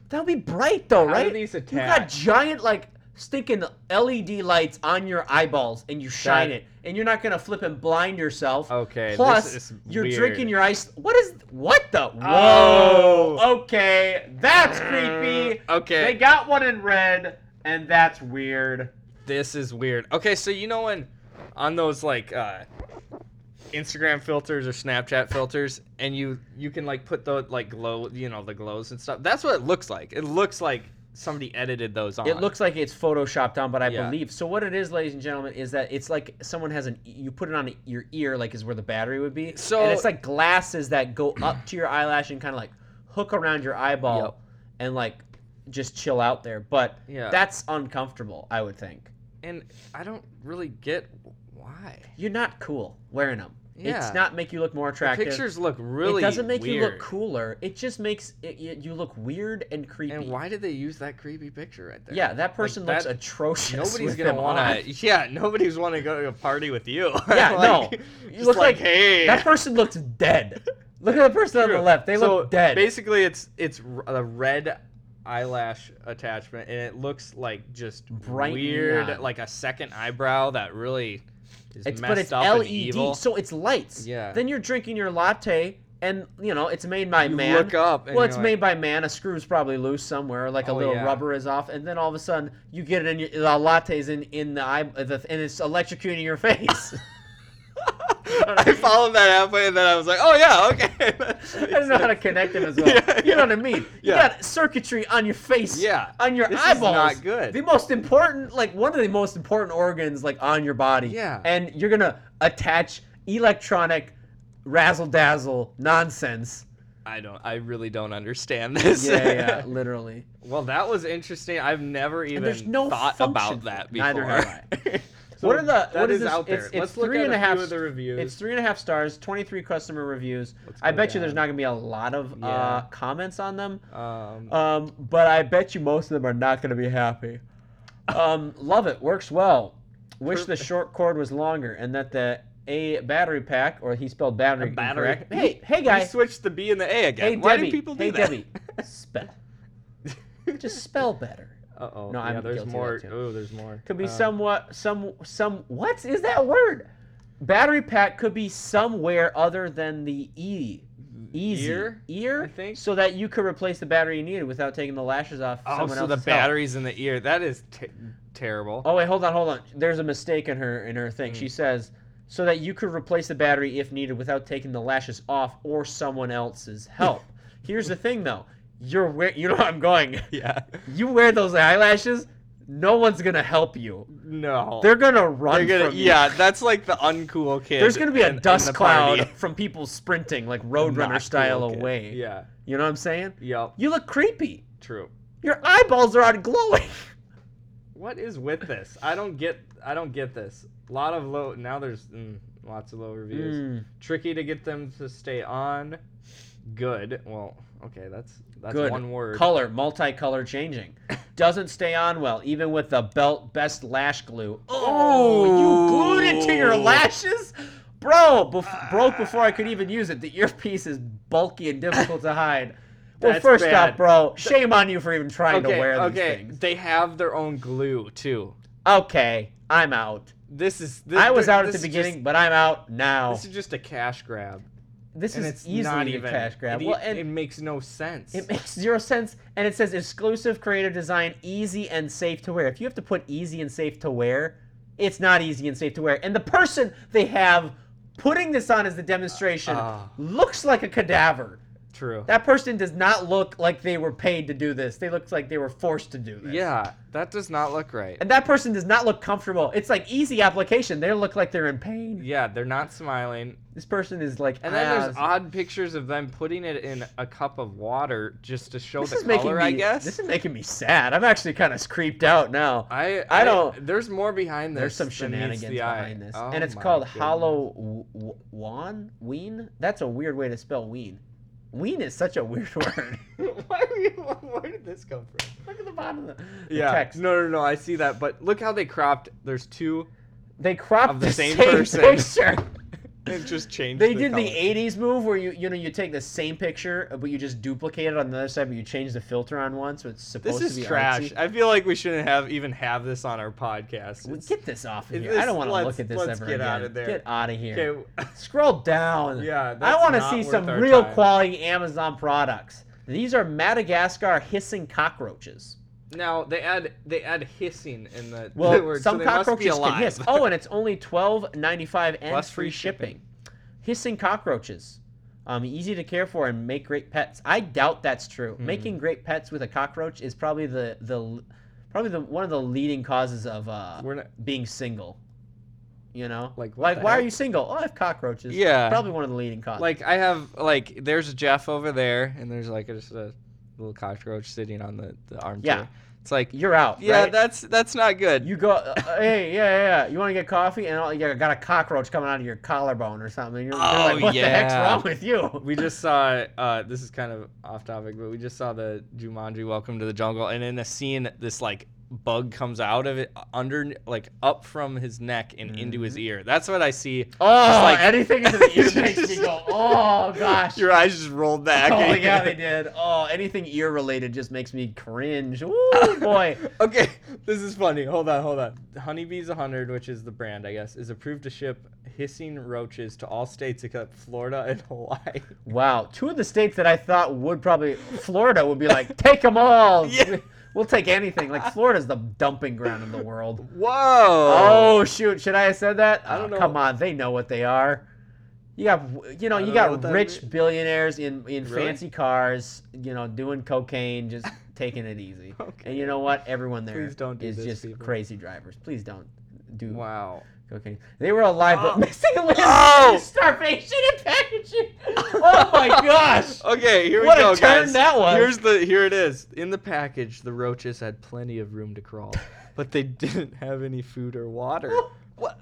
S5: That'll be bright though,
S2: do
S5: right?
S2: these
S5: You got
S2: attach?
S5: giant like stinking LED lights on your eyeballs, and you shine
S2: That-
S5: it, and you're not gonna flip and blind yourself.
S2: Okay, this
S5: Plus,
S2: is
S5: you're
S2: weird.
S5: drinking your ice. What is? What the?
S2: Oh. Mm,
S5: Whoa. Okay, that's creepy.
S2: okay.
S5: They got one in red, and that's weird.
S2: This is weird. Okay, so you know when on those like uh Instagram filters or Snapchat filters and you you can like put the like glow, you know, the glows and stuff. That's what it looks like. It looks like somebody edited those on.
S5: It looks like it's photoshopped on, but I
S2: Yeah.
S5: believe so. What it is, ladies and gentlemen, is that it's like someone has an you put it on your ear, like is where the battery would be.
S2: So-
S5: and it's like glasses that go up to your eyelash and kind of like hook around your eyeball
S2: Yep.
S5: and like just chill out there. But
S2: Yeah.
S5: that's uncomfortable, I would think.
S2: and I don't really get why.
S5: You're not cool wearing them.
S2: Yeah.
S5: It's not make you look more attractive.
S2: Pictures look really
S5: it doesn't make you look
S2: weird.
S5: cooler. It just makes it, you, you look weird and creepy.
S2: And why did they use that creepy picture right there?
S5: Yeah, that person looks
S2: that-
S5: atrocious.
S2: Nobody's
S5: with
S2: gonna
S5: them
S2: wanna.
S5: on.
S2: Yeah, nobody's wanna go to a party with you.
S5: Yeah,
S2: Like,
S5: no. You
S2: just
S5: look like,
S2: hey.
S5: that person looks dead. Look at the person on the
S2: True.
S5: left; they
S2: So,
S5: look dead.
S2: Basically, it's it's r- a red eyelash attachment, and it looks like just
S5: Bright
S2: weird,
S5: neon.
S2: like a second eyebrow that really is
S5: it's
S2: messed
S5: but it's
S2: up
S5: LED,
S2: and evil.
S5: so it's lights.
S2: Yeah.
S5: Then you're drinking your latte, and you know it's made by
S2: You
S5: man.
S2: look up and
S5: well,
S2: you're
S5: it's
S2: like-
S5: made by man. A screw's probably loose somewhere. Like a
S2: Oh,
S5: little
S2: yeah.
S5: rubber is off, and then all of a sudden you get it in your the latte's in in the eye, the, and it's electrocuting your face.
S2: I followed that halfway, and then I was like, "Oh yeah, okay."
S5: I don't know how to connect them as well.
S2: Yeah,
S5: You know what I mean?
S2: yeah.
S5: You got circuitry on your face.
S2: Yeah.
S5: On your
S2: This is
S5: eyeballs.
S2: not good.
S5: The most important, like one of the most important organs, like on your body.
S2: Yeah.
S5: And you're gonna attach electronic razzle dazzle nonsense.
S2: I don't. I really don't understand this.
S5: Yeah, yeah, literally.
S2: well, that was interesting. I've never even
S5: there's no
S2: thought
S5: function
S2: about
S5: for
S2: that
S5: it.
S2: before.
S5: Neither have
S2: So
S5: what are the?
S2: that
S5: What is
S2: is
S5: this?
S2: out there.
S5: It's, it's
S2: Let's look
S5: three
S2: at
S5: and
S2: a
S5: a half
S2: few of the reviews.
S5: It's three and a half stars. Twenty-three customer reviews.
S2: Let's
S5: I
S2: go
S5: bet you there's
S2: down.
S5: not gonna be a lot of
S2: Yeah.
S5: uh, comments on them.
S2: Um,
S5: Um, but I bet you most of them are not going to be happy. Um, love it. Works well. Wish the short cord was longer and that the A battery pack, or he spelled battery.
S2: battery.
S5: incorrect. Hey, hey,
S2: You
S5: guy.
S2: switched the B and the A again.
S5: Oh, Hey,
S2: Why
S5: Debbie.
S2: do people do
S5: hey,
S2: that?
S5: Debbie. Spell. Just spell better.
S2: Uh oh.
S5: No,
S2: yeah,
S5: I'm
S2: there's
S5: guilty of
S2: more.
S5: that, too.
S2: Oh, there's more.
S5: Could be
S2: Uh,
S5: somewhat, some, some. What is that word? Battery pack could be somewhere other than the E. Easy
S2: ear,
S5: ear,
S2: I think.
S5: so that you could replace the battery you needed without taking the lashes off.
S2: Oh,
S5: someone
S2: so the
S5: else's help.
S2: batteries in the ear. That is t- terrible.
S5: Oh wait, hold on, hold on. There's a mistake in her in her thing.
S2: Hmm.
S5: She says so that you could replace the battery if needed without taking the lashes off or someone else's help. Here's the thing though. You're where you know where I'm going.
S2: Yeah.
S5: You wear those eyelashes, no one's going to help you.
S2: No.
S5: They're going to run
S2: They're gonna.
S5: from you.
S2: Yeah, that's like the uncool kid.
S5: There's going to be a
S2: in- in
S5: dust
S2: the
S5: cloud
S2: party.
S5: from people sprinting like
S2: Not
S5: roadrunner
S2: cool
S5: style
S2: kid.
S5: away.
S2: Yeah.
S5: You know what I'm saying?
S2: Yup.
S5: You look creepy.
S2: True.
S5: Your eyeballs are out glowing.
S2: What is with this? I don't get. I don't get this. A lot of low. Now there's mm, lots of low reviews.
S5: Hmm.
S2: Tricky to get them to stay on. Good. Well, okay. That's that's
S5: Good.
S2: one word.
S5: Color, multicolor changing. Doesn't stay on well, even with the belt best lash glue. Oh, Ah. you glued it to your
S2: Ooh.
S5: lashes? Bro, bef- broke before I could even use it. The earpiece is bulky and difficult to hide. Well,
S2: That's
S5: first
S2: bad.
S5: off, bro, shame on you for even trying
S2: okay.
S5: to wear these
S2: okay.
S5: things.
S2: They have their own glue too.
S5: Okay, I'm out.
S2: This is. This,
S5: I was out at
S2: this
S5: the
S2: is
S5: beginning,
S2: just-
S5: but I'm out now.
S2: this is just a cash grab.
S5: This,
S2: and
S5: is
S2: it's
S5: Oh. easily
S2: not even
S5: a cash grab.
S2: It,
S5: well,
S2: e-
S5: and
S2: it makes no sense.
S5: It makes zero sense, and it says exclusive creative design, easy and safe to wear. If you have to put easy and safe to wear, it's not easy and safe to wear. And the person they have putting this on as the demonstration
S2: Ah.
S5: looks like a cadaver.
S2: True.
S5: That person does not look like they were paid to do this. They look like they were forced to do this.
S2: yeah, that does not look right.
S5: And that person does not look comfortable. It's like easy application. They look like they're in pain.
S2: Yeah, they're not smiling.
S5: This person is like,
S2: And then there's
S5: "Ah,
S2: odd pictures of them putting it in a cup of water just to show
S5: this
S2: the
S5: is making
S2: color,
S5: me,
S2: I guess.
S5: This is making me sad. I'm actually kind of creeped out now.
S2: I,
S5: I don't-
S2: There's more behind this.
S5: There's some
S2: than meets
S5: shenanigans
S2: the eye.
S5: behind this,
S2: Oh
S5: and it's
S2: my
S5: called
S2: goodness.
S5: Hollow w- w- Wan Ween. That's a weird way to spell Ween. Ween is such a weird word.
S2: Why are you, where did this come from?
S5: Look at the bottom of the, the
S2: Yeah.
S5: text.
S2: No, no, no. I see that, but look how they cropped. There's two.
S5: They cropped
S2: Of
S5: the,
S2: the
S5: same,
S2: same person.
S5: picture.
S2: It just changed.
S5: They
S2: the
S5: did
S2: color.
S5: the '80s move where you you know you take the same picture uh, but you just duplicate it on the other side, but you change the filter on one, so it's supposed
S2: This
S5: to
S2: is
S5: be
S2: trash.
S5: artsy.
S2: I feel like we shouldn't have even have this on our podcast.
S5: Well,
S2: It's-
S5: Get this off of
S2: It-
S5: here. I
S2: this-
S5: don't want to look
S2: let's-
S5: at this
S2: let's
S5: ever
S2: get
S5: again.
S2: outta there.
S5: Get out of here.
S2: okay.
S5: Scroll down.
S2: Yeah, that's
S5: I want to
S2: not
S5: see
S2: worth
S5: some
S2: our
S5: real
S2: time.
S5: quality Amazon products. These are Madagascar hissing cockroaches.
S2: Now they add they add hissing in the
S5: Well,
S2: word,
S5: some
S2: so they must be
S5: cockroaches
S2: alive.
S5: can hiss. Oh, and it's only twelve ninety five and
S2: Plus
S5: free
S2: free
S5: shipping.
S2: shipping.
S5: Hissing cockroaches, um, easy to care for and make great pets. I doubt that's true.
S2: Hmm.
S5: Making great pets with a cockroach is probably the the probably the one of the leading causes of uh,
S2: We're not-
S5: being single. You know,
S2: Like, what
S5: like
S2: the
S5: why are
S2: heck?
S5: you single? Oh, I have cockroaches.
S2: Yeah.
S5: probably one of the leading causes.
S2: like I have like there's Jeff over there, and there's like just a little cockroach sitting on the the armchair.
S5: Yeah.
S2: it's like
S5: you're out.
S2: yeah,
S5: right?
S2: that's that's not good.
S5: You go, uh, uh, hey, yeah, yeah, yeah. You want to get coffee, and all, you got a cockroach coming out of your collarbone or something. and You're, you're
S2: Oh,
S5: like, what the heck's
S2: yeah.
S5: wrong with you?
S2: we just saw uh, this is kind of off topic, but we just saw the Jumanji Welcome to the Jungle, and in the scene, this like bug comes out of it uh, under like up from his neck and into his ear. That's what I see.
S5: Oh,
S2: like-
S5: anything into the ear makes me go, oh gosh.
S2: Your eyes just rolled back.
S5: oh yeah, they did. Oh, anything ear related just makes me cringe. Ooh boy.
S2: Okay, this is funny. Hold on, hold on. Honeybees 100, which is the brand, I guess, is approved to ship hissing roaches to all states except Florida and Hawaii.
S5: Wow, two of the states that I thought would probably Florida would be like, take them all.
S2: Yeah.
S5: We'll take anything. Like Florida's the dumping ground of the world.
S2: Whoa!
S5: Oh shoot! Should I have said that?
S2: I don't
S5: Oh,
S2: know.
S5: Come on, they know what they are. You got, you know,
S2: I don't know
S5: you
S2: what
S5: got
S2: that
S5: rich
S2: mean-
S5: billionaires in in
S2: Really?
S5: fancy cars, you know, doing cocaine, just taking it easy. And you know what? Everyone there is
S2: Please don't do this,
S5: just
S2: people.
S5: crazy drivers. Please don't do
S2: Wow.
S5: cocaine. They were alive but
S2: Oh.
S5: missing a limb.
S2: Oh.
S5: Starvation and packaging. Oh my gosh!
S2: Okay, here
S5: What a
S2: we go,
S5: turn
S2: guys.
S5: that was.
S2: Here's the here it is. In the package, the roaches had plenty of room to crawl, but they didn't have any food or water. what?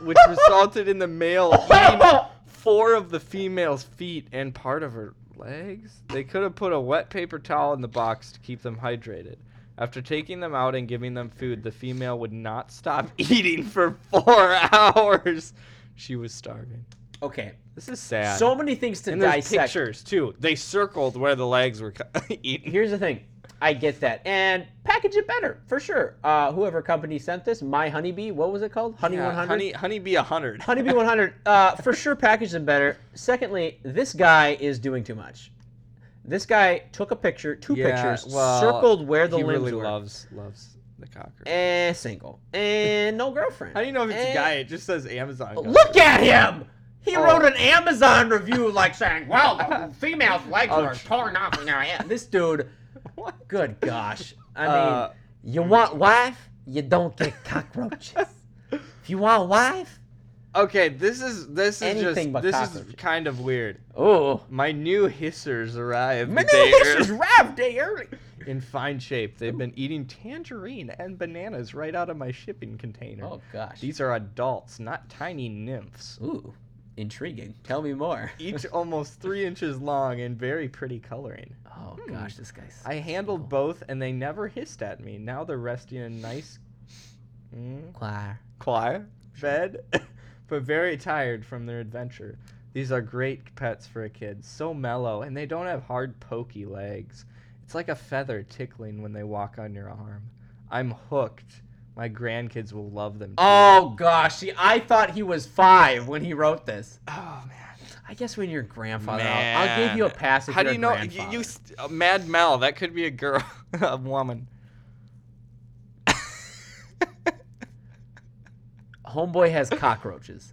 S2: Which resulted in the male eating four of the female's feet and part of her legs. They could have put a wet paper towel in the box to keep them hydrated. After taking them out and giving them food, the female would not stop eating for four hours. She was starving.
S5: okay,
S2: This is sad.
S5: so many things to
S2: and there's
S5: dissect.
S2: pictures too. They circled where the legs were cu- eaten.
S5: Here's the thing. I get that. And package it better, for sure. Uh, whoever company sent this, My Honeybee, what was it called? Honey
S2: Yeah,
S5: 100?
S2: honey, honeybee 100.
S5: Honeybee 100, uh, for sure package them better. Secondly, this guy is doing too much. This guy took a picture, two pictures,
S2: well,
S5: circled where the
S2: he
S5: limbs
S2: really
S5: were.
S2: loves loves the cocker.
S5: Eh, single. And no girlfriend.
S2: How do you know if it's
S5: Eh,
S2: a guy? It just says Amazon. cover.
S1: Look at him! He
S5: Oh.
S1: wrote an Amazon review like saying, well, the female's legs
S2: Oh,
S1: were
S2: tr-
S1: torn off in our hand.
S5: This dude,
S2: What?
S5: good gosh. I mean,
S2: Uh,
S5: you want wife? You don't get cockroaches. if you want wife,
S2: Okay, this is this is
S5: Anything
S2: just
S5: but
S2: this is
S5: cockroaches.
S2: kind of weird.
S5: oh.
S2: My new hissers arrived.
S5: My
S2: the
S5: new
S2: day
S5: hissers
S2: early-
S5: arrived day early.
S2: in fine shape. They've been eating tangerine and bananas right out of my shipping container.
S5: Oh gosh.
S2: These are adults, not tiny nymphs.
S5: Ooh, intriguing. Tell me more.
S2: Each almost three inches long and very pretty coloring.
S5: Oh gosh, this guy's.
S2: I handled both and they never hissed at me. Now they're resting in a nice mm,
S5: choir.
S2: choir bed, but very tired from their adventure. These are great pets for a kid, so mellow, and they don't have hard, pokey legs. It's like a feather tickling when they walk on your arm. I'm hooked. My grandkids will love them. too.
S5: Oh gosh, see, I thought he was five when he wrote this.
S2: Oh, man.
S5: I guess when you're grandfather, I'll, I'll give you a pass. If
S2: How
S5: you're
S2: do
S5: a
S2: you know? You,
S5: grandfather.
S2: you st- uh, Mad Mel, that could be a girl, a woman.
S5: Homeboy has cockroaches.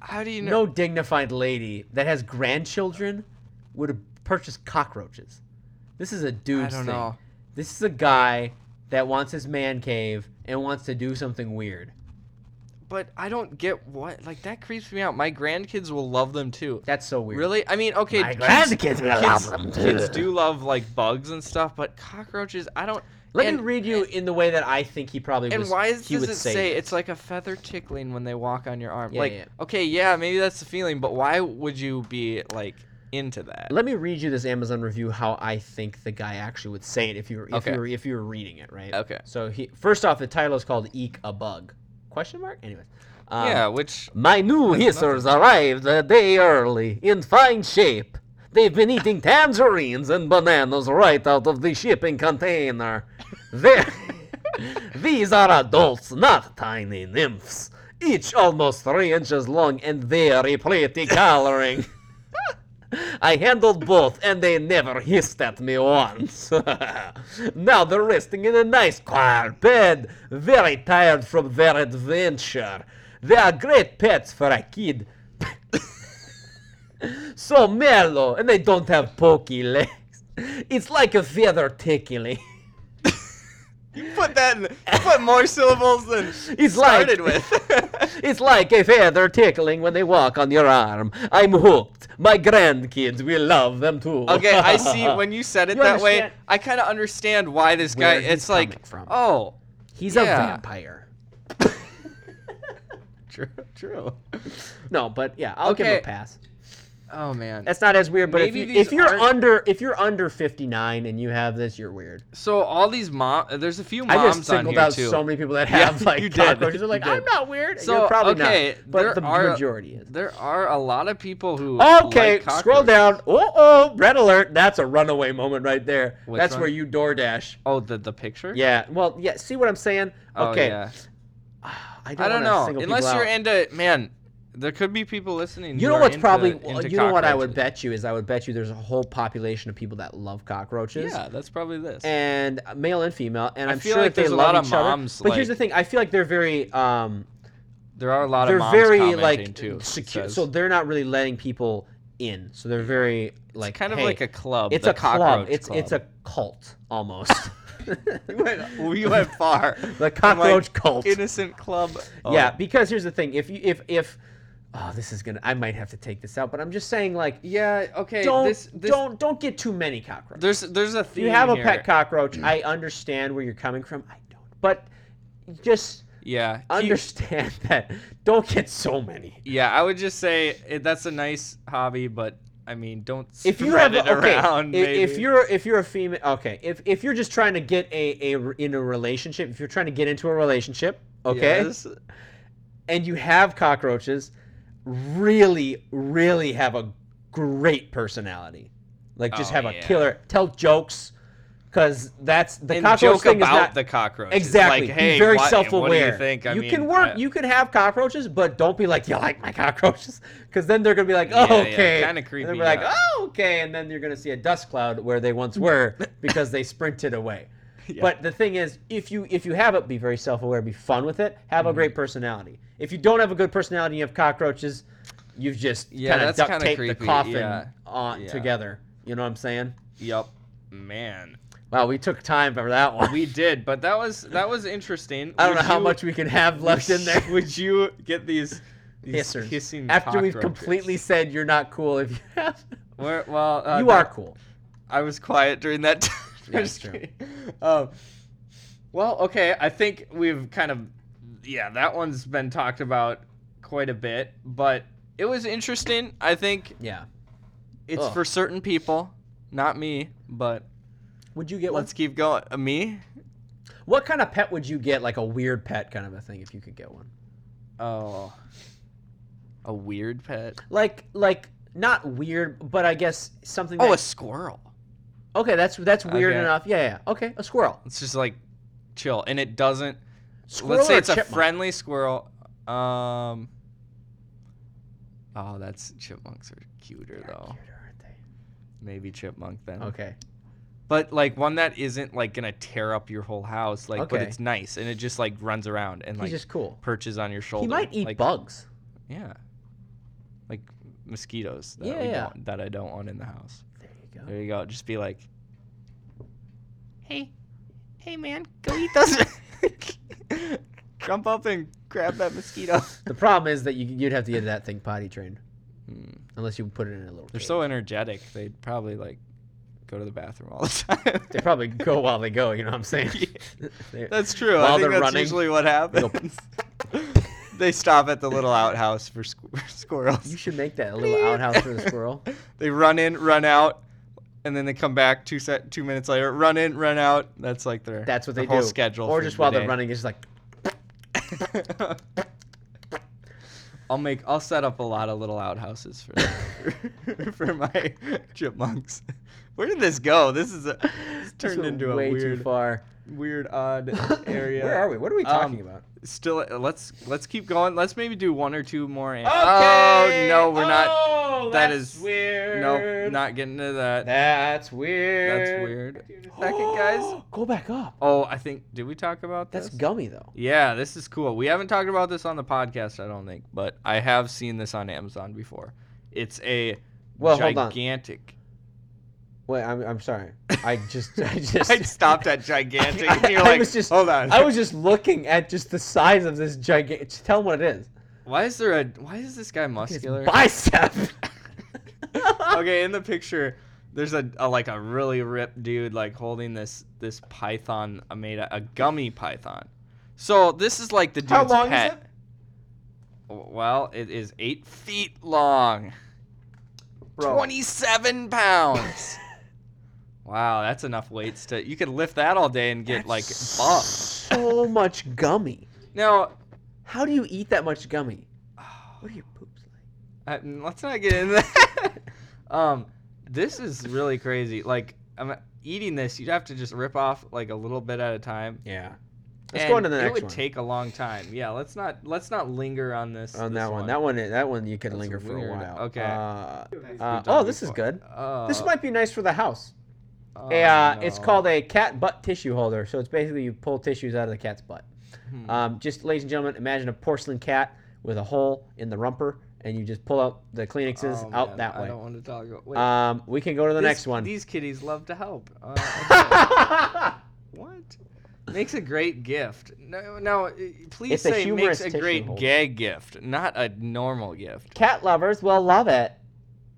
S2: How do you know?
S5: no dignified lady that has grandchildren would purchase cockroaches. This is a dude's
S2: I don't
S5: thing.
S2: know.
S5: This is a guy that wants his man cave and wants to do something weird.
S2: But I don't get what. Like, that creeps me out. My grandkids will love them too.
S5: That's so weird.
S2: Really? I mean, okay.
S1: My
S2: kids-
S1: grandkids will love
S2: kids,
S1: them
S2: kids
S1: too.
S2: do love like bugs and stuff, but cockroaches, I don't.
S5: Let
S2: and,
S5: me read you in the way that I think he probably
S2: And
S5: was.
S2: why is,
S5: he
S2: does
S5: would
S2: it
S5: say,
S2: say,
S5: this.
S2: it's like a feather tickling when they walk on your arm?
S5: Yeah,
S2: like,
S5: yeah.
S2: okay, yeah, maybe that's the feeling, but why would you be like into that?
S5: Let me read you this Amazon review how I think the guy actually would say it if you were if
S2: Okay.
S5: you were if you were reading it right.
S2: Okay.
S5: So he first off the title is called "Eek a Bug?" Question mark. Anyways. Um,
S2: yeah, which
S5: My new hissers arrived a day early, in fine shape. They've been eating tangerines and bananas right out of the shipping container. they These are adults, not tiny nymphs. Each almost three inches long and very pretty coloring. I handled both, and they never hissed at me once. now they're resting in a nice, quiet bed, very tired from their adventure. They are great pets for a kid. so mellow, and they don't have pokey legs. It's like a feather tickling.
S2: you put that in, you put more syllables than
S5: It's like
S2: started with.
S5: It's like a feather tickling when they walk on your arm. I'm hooked. My grandkids will love them too.
S2: okay, I see. When you said it
S5: You
S2: that way,
S5: understand-
S2: I kind of understand why this guy.
S5: Where he's
S2: It's like,
S5: coming from.
S2: oh,
S5: He's a
S2: Yeah.
S5: vampire.
S2: true, true.
S5: No, but yeah, I'll give him
S2: Okay.
S5: a pass.
S2: Oh man.
S5: That's not as weird, but if,
S2: Maybe
S5: you,
S2: these
S5: if you're
S2: aren't-
S5: under if you're under 59 and you have this, you're weird.
S2: So all these mom, there's a few moms
S5: I just
S2: on
S5: singled
S2: here
S5: out
S2: too.
S5: so many people that
S2: Yeah,
S5: have like
S2: you did.
S5: cockroaches. They're like,
S2: You did.
S5: I'm not weird.
S2: So,
S5: you're probably
S2: okay,
S5: not, but
S2: there
S5: the
S2: are-
S5: majority is.
S2: There are a lot of people who.
S5: Okay,
S2: like
S5: scroll
S2: cockroaches.
S5: down. Oh, oh, red alert. That's a runaway moment right there.
S2: Which
S5: That's
S2: one?
S5: where you DoorDash.
S2: Oh, the the picture.
S5: Yeah. Well, yeah. See what I'm saying?
S2: Oh,
S5: okay.
S2: yeah.
S5: I don't,
S2: I don't
S5: wanna
S2: know.
S5: single
S2: Unless
S5: people
S2: you're
S5: out.
S2: into man, there could be people listening.
S5: You
S2: who
S5: know
S2: are
S5: what's
S2: into-
S5: probably
S2: into
S5: you know what I would
S2: cockroaches.
S5: bet you is I would bet you there's a whole population of people that love cockroaches.
S2: Yeah, that's probably this.
S5: and uh, male and female, and
S2: I
S5: I'm
S2: feel
S5: sure
S2: like
S5: they
S2: there's a
S5: love
S2: lot of
S5: each other.
S2: moms,
S5: but here's the
S2: like-
S5: thing: I feel like they're very, um,
S2: there are a lot
S5: they're
S2: of moms
S5: very
S2: commenting,
S5: like
S2: too. it
S5: secure.
S2: says.
S5: So they're not really letting people in. So they're very like
S2: kind of
S5: "Hey,
S2: like a club.
S5: It's
S2: the
S5: a club.
S2: cockroach
S5: It's it's a
S2: club.
S5: cult almost.
S2: You went, you went far. From, like,
S5: cockroach cult.
S2: Innocent club. Oh,
S5: Yeah, because here's the thing: if you if if oh, this is gonna, I might have to take this out. But I'm just saying, like,
S2: Yeah. Okay.
S5: don't
S2: this, this,
S5: don't don't get too many cockroaches.
S2: There's there's a theme
S5: you have a
S2: here.
S5: pet cockroach, I understand where you're coming from. I don't, but just
S2: Yeah. keep-
S5: understand that don't get so many.
S2: Yeah, I would just say it, that's a nice hobby, but I mean, don't
S5: If you
S2: spread
S5: have a-
S2: it
S5: okay,
S2: around.
S5: i- if,
S2: maybe.
S5: you're if you're a female, okay, if if you're just trying to get a a re- in a relationship, if you're trying to get into a relationship, okay,
S2: Yes.
S5: and you have cockroaches, really really have a great personality, like just
S2: Oh,
S5: have a
S2: yeah.
S5: killer, tell jokes, because that's the
S2: and
S5: cockroach
S2: joke
S5: thing
S2: about
S5: is not
S2: the cockroach.
S5: exactly.
S2: Like, hey,
S5: be very
S2: why- what do you
S5: self-aware.
S2: think? I mean,
S5: can work.
S2: I-
S5: you can have cockroaches, but don't be like, "You like my cockroaches," because then they're gonna be like,
S2: Yeah,
S5: "Oh,
S2: yeah,
S5: okay."
S2: kinda
S5: And they'll be
S2: creepy,
S5: like,
S2: yeah.
S5: "Oh, okay," and then you're gonna see a dust cloud where they once were because they sprinted away.
S2: Yeah.
S5: But the thing is, if you if you have it, be very self-aware, be fun with it, have
S2: Mm-hmm.
S5: a great personality. If you don't have a good personality, and you have cockroaches. You've just
S2: Yeah,
S5: kind of
S2: that's
S5: duct
S2: kinda
S5: taped the
S2: creepy,
S5: coffin
S2: yeah.
S5: on
S2: Yeah.
S5: together. You know what I'm saying?
S2: Yup. Man,
S5: Wow, we took time for that one.
S2: we did, but that was that was interesting.
S5: I don't
S2: Would
S5: know how
S2: you-
S5: much we can have left in there.
S2: Would you get these, these
S5: Hissers.
S2: hissing
S5: After we've
S2: cockroaches?
S5: completely said you're not cool if you have.
S2: Where, well, uh,
S5: you
S2: no,
S5: are cool.
S2: I was quiet during that time.
S5: Yeah,
S2: Just
S5: true.
S2: kidding. Um, well, okay. I think we've kind of, yeah, that one's been talked about quite a bit, but it was interesting. I think
S5: Yeah.
S2: it's
S5: Ugh.
S2: for certain people, not me, but
S5: Would you get
S2: let's keep going. Uh, me?
S5: one? What kind of pet would you get? Like a weird pet kind of a thing if you could get one.
S2: Oh, a weird pet.
S5: Like like not weird, but I guess something
S2: Oh, a
S5: that,
S2: squirrel.
S5: Okay, that's that's weird
S2: Okay.
S5: enough. Yeah, yeah. Okay, a squirrel.
S2: It's just like chill, and it doesn't.
S5: Squirrel
S2: let's say
S5: or
S2: it's a
S5: chipmunk?
S2: friendly squirrel. Um. Oh, that's chipmunks are cuter though.
S5: Weirder, aren't they?
S2: Maybe chipmunk then.
S5: Okay.
S2: But like one that isn't like gonna tear up your whole house, like but
S5: Okay.
S2: it's nice and it just like runs around and
S5: He's
S2: like
S5: just cool.
S2: perches on your shoulder.
S5: He might eat
S2: like,
S5: bugs.
S2: Yeah. Like mosquitoes that
S5: Yeah,
S2: we
S5: yeah. Oh.
S2: don't that I don't want in the house.
S5: There you go.
S2: There you go. Just be like,
S6: Hey, hey man, go eat those.
S2: jump up and grab that mosquito.
S5: The problem is that you you'd have to get that thing potty trained.
S2: Hmm.
S5: Unless you put it in a little
S2: They're
S5: cage.
S2: so energetic. They'd probably like go to the bathroom all the
S5: they
S2: time.
S5: probably go while they go, you know what I'm saying? They-
S2: that's true.
S5: While
S2: I think
S5: they're
S2: that's
S5: running,
S2: usually what happens. they stop at the little outhouse for squ-
S5: You
S2: squirrels.
S5: should make that a little outhouse for the squirrel.
S2: They run in, run out, and then they come back two set two minutes later. Run in, run out. That's like their
S5: That's what
S2: their
S5: they
S2: whole
S5: do.
S2: schedule.
S5: or
S2: for
S5: just
S2: the
S5: while they're
S2: day.
S5: running, it's just like
S2: I'll make I'll set up a lot of little outhouses for for my chipmunks. Where did this go? This is a, this
S5: this
S2: turned
S5: went
S2: into a
S5: way
S2: weird
S5: too far.
S2: weird odd area.
S5: Where are we? What are we talking
S2: Um,
S5: about?
S2: Still let's let's keep going. Let's maybe do one or two more. an-
S5: Okay.
S2: Oh no, we're not.
S5: Oh,
S2: that
S5: that's
S2: is-
S5: weird.
S2: Nope, not getting into that.
S5: That's weird.
S2: That's weird. Second, guys.
S5: Go back up.
S2: Oh, I think did we talk about this?
S5: That's gummy though.
S2: Yeah, this is cool. We haven't talked about this on the podcast, I don't think, but I have seen this on Amazon before. It's a
S5: Well, hold on.
S2: gigantic.
S5: Wait, I'm, I'm sorry. I just I just
S2: I stopped at gigantic.
S5: I-
S2: and you're
S5: I
S2: like,
S5: was just-
S2: hold on.
S5: I was just looking at just the size of this gigantic. Tell them what it is.
S2: why is there a? Why is this guy
S5: His
S2: muscular?
S5: bicep.
S2: okay, in the picture, there's a, a like a really ripped dude like holding this this python uh, made a, a gummy python. So this is like the dude's
S5: How long is
S2: pet.
S5: it?
S2: Well, it is eight feet long.
S5: Bro.
S2: 27 pounds. wow, that's enough weights to. You could lift that all day and get like buff.
S5: so much gummy.
S2: Now,
S5: How do you eat that much gummy? What are your poops
S2: I,
S5: like?
S2: uh, let's not get into that. um, this is really crazy. Like, I'm eating this. You'd have to just rip off like a little bit at a time.
S5: Yeah. Let's go
S2: And
S5: on to the
S2: It
S5: next
S2: would
S5: one.
S2: take a long time. Yeah, let's not let's not linger on this.
S5: on
S2: this
S5: that one. That one. i- That one you could
S2: That's
S5: linger for a
S2: weird.
S5: while.
S2: Okay.
S5: Uh,
S2: We've
S5: uh,
S2: done
S5: oh, this is
S2: before.
S5: good.
S2: Uh,
S5: this might be nice for the house.
S2: oh,
S5: A, uh, It's
S2: no.
S5: called a cat butt tissue holder. So it's basically you pull tissues out of the cat's butt.
S2: Hmm.
S5: Um, just, ladies and gentlemen, imagine a porcelain cat with a hole in the rumper, and you just pull out the Kleenexes
S2: Oh,
S5: out
S2: man,
S5: that
S2: I don't
S5: way.
S2: want to talk about. Wait,
S5: Um, we can go to the
S2: This-
S5: next one.
S2: These kitties love to help. Uh, okay. what? Makes a great gift. No, no. uh, Please
S5: It's a
S2: say makes
S5: humorous
S2: a
S5: tissue
S2: great
S5: hole.
S2: gag gift, not a normal gift.
S5: cat lovers will love it.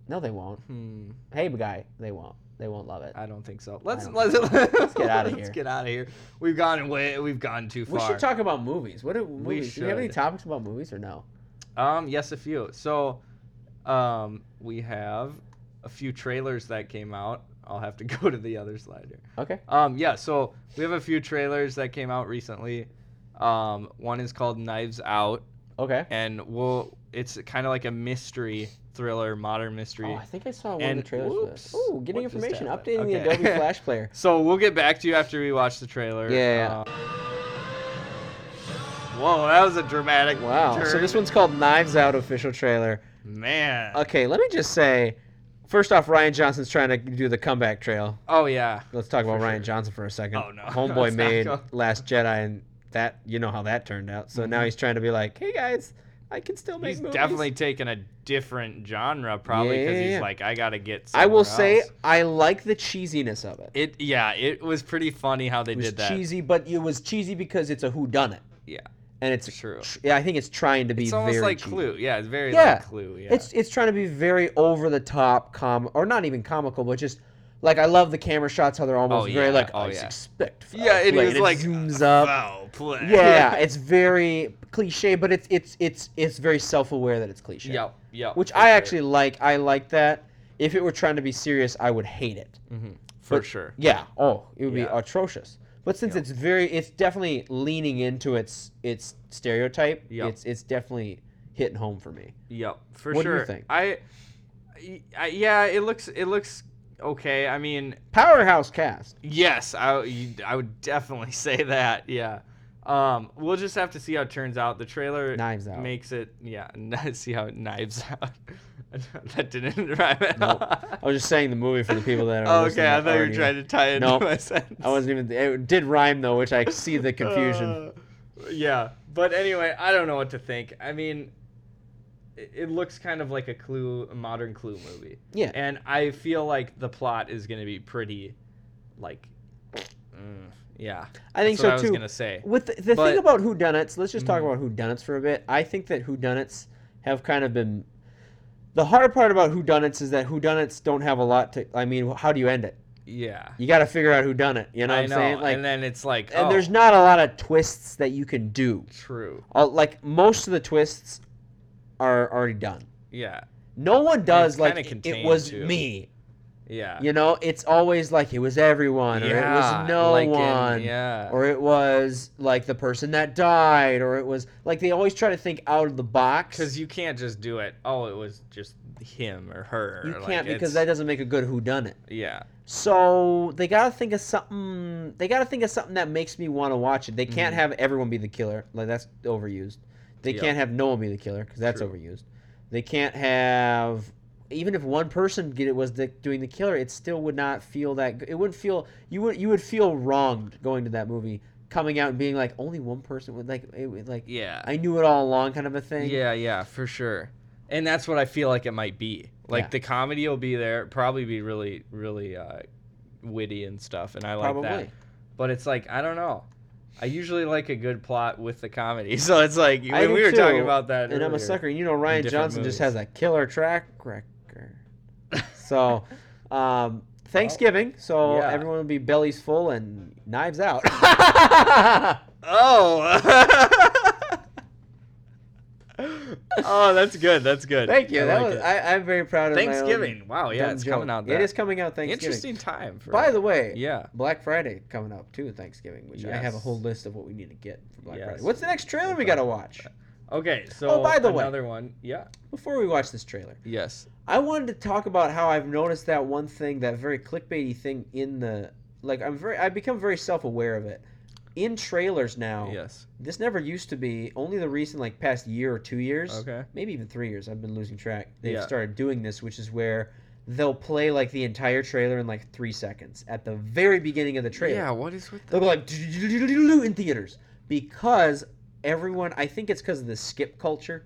S5: No, they won't.
S2: Hmm.
S5: Hey, guy, they won't. They won't love it.
S2: I don't think so. Let's
S5: don't
S2: let's,
S5: think so.
S2: let's,
S5: get outta
S2: Let's
S5: here.
S2: get out of here. We've gone way. We've gone too far.
S5: We should talk about movies. What do
S2: We
S5: movies? Do we have any
S2: should.
S5: topics about movies or no?
S2: Um. Yes, a few. So, um, we have a few trailers that came out. I'll have to go to the other slide here.
S5: Okay.
S2: Um, yeah, so we have a few trailers that came out recently. Um, one is called Knives Out.
S5: Okay.
S2: and we'll. It's kind of like a mystery thriller, modern mystery.
S5: Oh, I think I saw one of
S2: And-
S5: the trailers
S2: whoops.
S5: for this. Oh, getting
S2: What just
S5: information,
S2: happened?
S5: updating the
S2: Okay.
S5: Adobe Flash Player.
S2: So we'll get back to you after we watch the trailer.
S5: Yeah,
S2: Uh, whoa, that was a dramatic
S5: Wow. So
S2: turn.
S5: this Uh, one's called Knives Out official trailer.
S2: man.
S5: Okay, let me just say, first off, Ryan Johnson's trying to do the comeback trail.
S2: oh yeah.
S5: Let's talk about Ryan
S2: sure.
S5: Johnson for a second.
S2: Oh, no.
S5: Homeboy
S2: Let's not
S5: made
S2: go.
S5: Last Jedi, and that you know how that turned out. So now he's trying to be like, hey guys, I can still make
S2: Mm-hmm. He's
S5: movies.
S2: definitely taking a different genre, probably because
S5: Yeah.
S2: he's like, I gotta get.
S5: I will
S2: somewhere
S5: say,
S2: else."
S5: I like the cheesiness of it.
S2: it. Yeah, it was pretty funny how they
S5: It was
S2: did that.
S5: cheesy, but it was cheesy because it's a whodunit.
S2: Yeah,
S5: and it's
S2: True.
S5: tr- yeah, I think it's trying to be
S2: it's almost
S5: very
S2: like
S5: cheesy.
S2: Clue. Yeah, it's very
S5: Yeah.
S2: like Clue. Yeah,
S5: It's it's trying to be very over the top, com or not even comical, but just like I love the camera shots how they're almost
S2: Oh,
S5: very
S2: yeah.
S5: like
S2: Oh,
S5: I
S2: yeah.
S5: expect.
S2: yeah. It
S5: like,
S2: is
S5: and it
S2: like
S5: zooms up.
S2: Foul play.
S5: Yeah, it's very cliche, but it's it's it's it's very self aware that it's cliche.
S2: Yep. Yep.
S5: Which
S2: for
S5: I
S2: sure.
S5: actually like. I like that. If it were trying to be serious, I would hate it.
S2: for
S5: but-
S2: sure.
S5: Yeah. Oh, it would be
S2: Yeah.
S5: atrocious. But since it's very, it's definitely leaning into its its stereotype.
S2: Yep.
S5: It's it's definitely hitting home for me.
S2: Yep, for
S5: What do you
S2: sure.
S5: think?
S2: I, I, yeah, it looks it looks okay. I mean,
S5: Powerhouse cast.
S2: yes, I you- I would definitely say that. Yeah. Um, we'll just have to see how it turns out. The trailer
S5: Knives Out.
S2: makes it yeah. See how it knives out. that didn't rhyme at
S5: Nope. I
S2: all.
S5: was just saying the movie for the people that are.
S2: Oh, okay,
S5: listening
S2: I
S5: that
S2: thought you were
S5: already-
S2: trying to tie it
S5: Nope.
S2: into my sentence.
S5: I wasn't even. It did rhyme though, which I see the confusion.
S2: Uh, yeah, but anyway, I don't know what to think. I mean, it, it looks kind of like a Clue, a modern Clue movie.
S5: Yeah.
S2: and I feel like the plot is going to be pretty, like, mm, yeah.
S5: I think
S2: that's
S5: so
S2: what I was
S5: too.
S2: gonna say.
S5: With the, the
S2: But-
S5: thing about whodunits, let's just talk
S2: Mhm.
S5: about whodunits for a bit. I think that whodunits have kind of been. The hard part about whodunits is that whodunits don't have a lot to. I mean, how do you end it?
S2: Yeah,
S5: You got to figure out whodunit. You know what
S2: I
S5: I'm
S2: know.
S5: saying? Like,
S2: and then it's like,
S5: and
S2: oh,
S5: there's not a lot of twists that you can do.
S2: true.
S5: Uh, like most of the twists are already done.
S2: Yeah,
S5: No one does
S2: it's
S5: like
S2: kinda
S5: it, it
S2: contained,
S5: was
S2: too.
S5: me.
S2: yeah,
S5: You know, it's always like it was everyone, or it
S2: Yeah,
S5: was no
S2: like in-
S5: one,
S2: yeah.
S5: or it was like the person that died, or it was like they always try to think out of the box.
S2: because you can't just do it. Oh, it was just him or her.
S5: You
S2: like,
S5: can't because that
S2: it's-
S5: doesn't make a good who done it.
S2: Yeah,
S5: So they gotta think of something. They gotta think of something that makes me want to watch it. They can't have everyone be the killer. Like that's overused. They
S2: Mm-hmm. Yeah.
S5: can't have no one be the killer because that's
S2: True.
S5: overused. They can't have even if one person get it was the, doing the killer. It still would not feel that. g- It wouldn't feel you would you would feel wronged going to that movie, coming out and being like only one person would like it would like
S2: yeah.
S5: I knew it all along kind of a thing.
S2: Yeah, yeah, for sure. And that's what I feel like it might be. Like
S5: Yeah.
S2: the comedy will be there, probably be really, really uh, witty and stuff, and I like that.
S5: Probably.
S2: But it's like I don't know. I usually like a good plot with the comedy, so it's like
S5: I
S2: when
S5: do
S2: we were talking
S5: too,
S2: about that.
S5: and I'm a
S2: earlier.
S5: sucker. And you know Ryan
S2: different
S5: Johnson just
S2: movies.
S5: has a killer track record. So, um, Thanksgiving. So
S2: yeah.
S5: everyone will be bellies full and knives out.
S2: Oh. oh, that's good. That's good.
S5: Thank you.
S2: I
S5: that
S2: like
S5: was,
S2: it.
S5: I, I'm very proud of my own
S2: Thanksgiving. Wow. Yeah,
S5: dumb
S2: it's
S5: joke.
S2: coming out. That.
S5: It is coming out Thanksgiving.
S2: interesting time. For
S5: By the way,
S2: yeah.
S5: Black Friday coming up too. Thanksgiving, which I have a whole
S2: Yes.
S5: list of what we need to get for Black Friday.
S2: Yes.
S5: What's the next trailer we
S2: We'll
S5: gotta
S2: talk
S5: watch
S2: Okay. So
S5: by the way-
S2: another one. Yeah.
S5: before we watch this trailer?
S2: Yes.
S5: I wanted to talk about how I've noticed that one thing, that very clickbaity thing in the like I'm very I've become very self aware of it. In trailers now,
S2: Yes.
S5: this never used to be. Only the recent like past year or two years,
S2: Okay.
S5: maybe even three years, I've been losing track. They've
S2: Yeah.
S5: started doing this, which is where they'll play like the entire trailer in like three seconds at the very beginning of the trailer.
S2: Yeah. What is with
S5: They'll go like in theaters because everyone. I think it's because of the skip culture,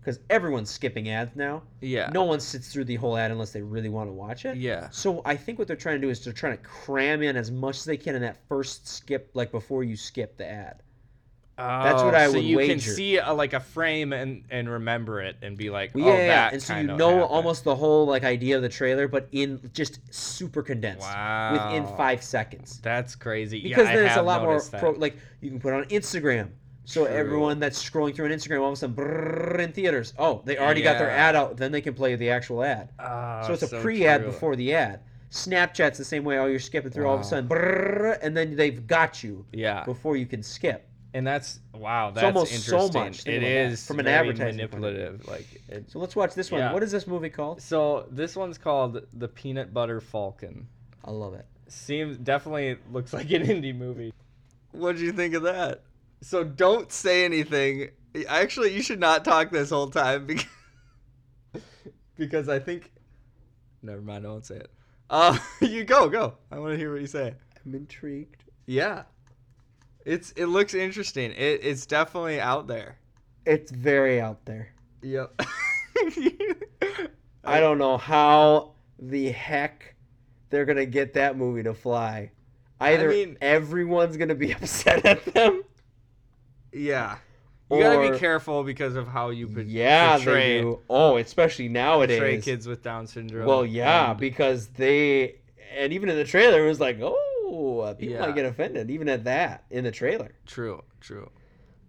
S5: because everyone's skipping ads now
S2: the? Yeah.
S5: no one sits through the whole ad unless they really want to watch it.
S2: Yeah.
S5: So I think what they're trying to do is they're trying to cram in as much as they can in that first skip, like before you skip the ad. That's what
S2: Oh,
S5: I
S2: so
S5: would
S2: you can
S5: wager.
S2: see a, like a frame and and remember it and be like,
S5: Well,
S2: oh,
S5: yeah, yeah, yeah,
S2: that
S5: and so you
S2: kinda
S5: know
S2: happened.
S5: almost the whole like idea of the trailer, but in just super condensed
S2: Wow.
S5: within five seconds.
S2: That's crazy.
S5: Because
S2: Oh. yeah,
S5: then
S2: I
S5: it's a
S2: have
S5: lot more
S2: noticed that.
S5: pro, like you can put it on Instagram. So
S2: True.
S5: everyone that's scrolling through an Instagram, all of a sudden, brrrr, in theaters. Oh, they already got their
S2: Yeah.
S5: ad out. Then they can play the actual ad.
S2: Oh,
S5: so it's a pre-ad
S2: true.
S5: before the ad. Snapchat's the same way. Oh, you're skipping through all of a
S2: Wow.
S5: sudden, brrrr, and then they've got you
S2: Yeah.
S5: before you can skip.
S2: and that's wow. That's
S5: almost so
S2: interesting.
S5: much. Think
S2: It
S5: about that.
S2: is
S5: From an
S2: very
S5: advertising point of view.
S2: manipulative. Like it,
S5: So let's watch this one.
S2: Yeah.
S5: What is this movie called?
S2: so, this one's called the Peanut Butter Falcon.
S5: I love it.
S2: Seems definitely looks like an indie movie. What do you think of that? So don't say anything. Actually, you should not talk this whole time because because I think. Never mind. I won't say it. Uh, you go, go. I want to hear what you say.
S5: I'm intrigued.
S2: Yeah, it's it looks interesting. It it's definitely out there.
S5: It's very out there.
S2: Yep.
S5: I don't know how the heck they're gonna get that movie to fly. Either
S2: mean-
S5: everyone's gonna be upset at them.
S2: yeah. You gotta
S5: Or-
S2: be careful because of how you put
S5: Yeah,
S2: portray,
S5: they do. Oh, especially
S2: portray
S5: nowadays.
S2: kids with Down syndrome.
S5: Well, yeah,
S2: and-
S5: because they and even in the trailer it was like, oh, uh, people
S2: Yeah.
S5: might get offended even at that in the trailer.
S2: True, true.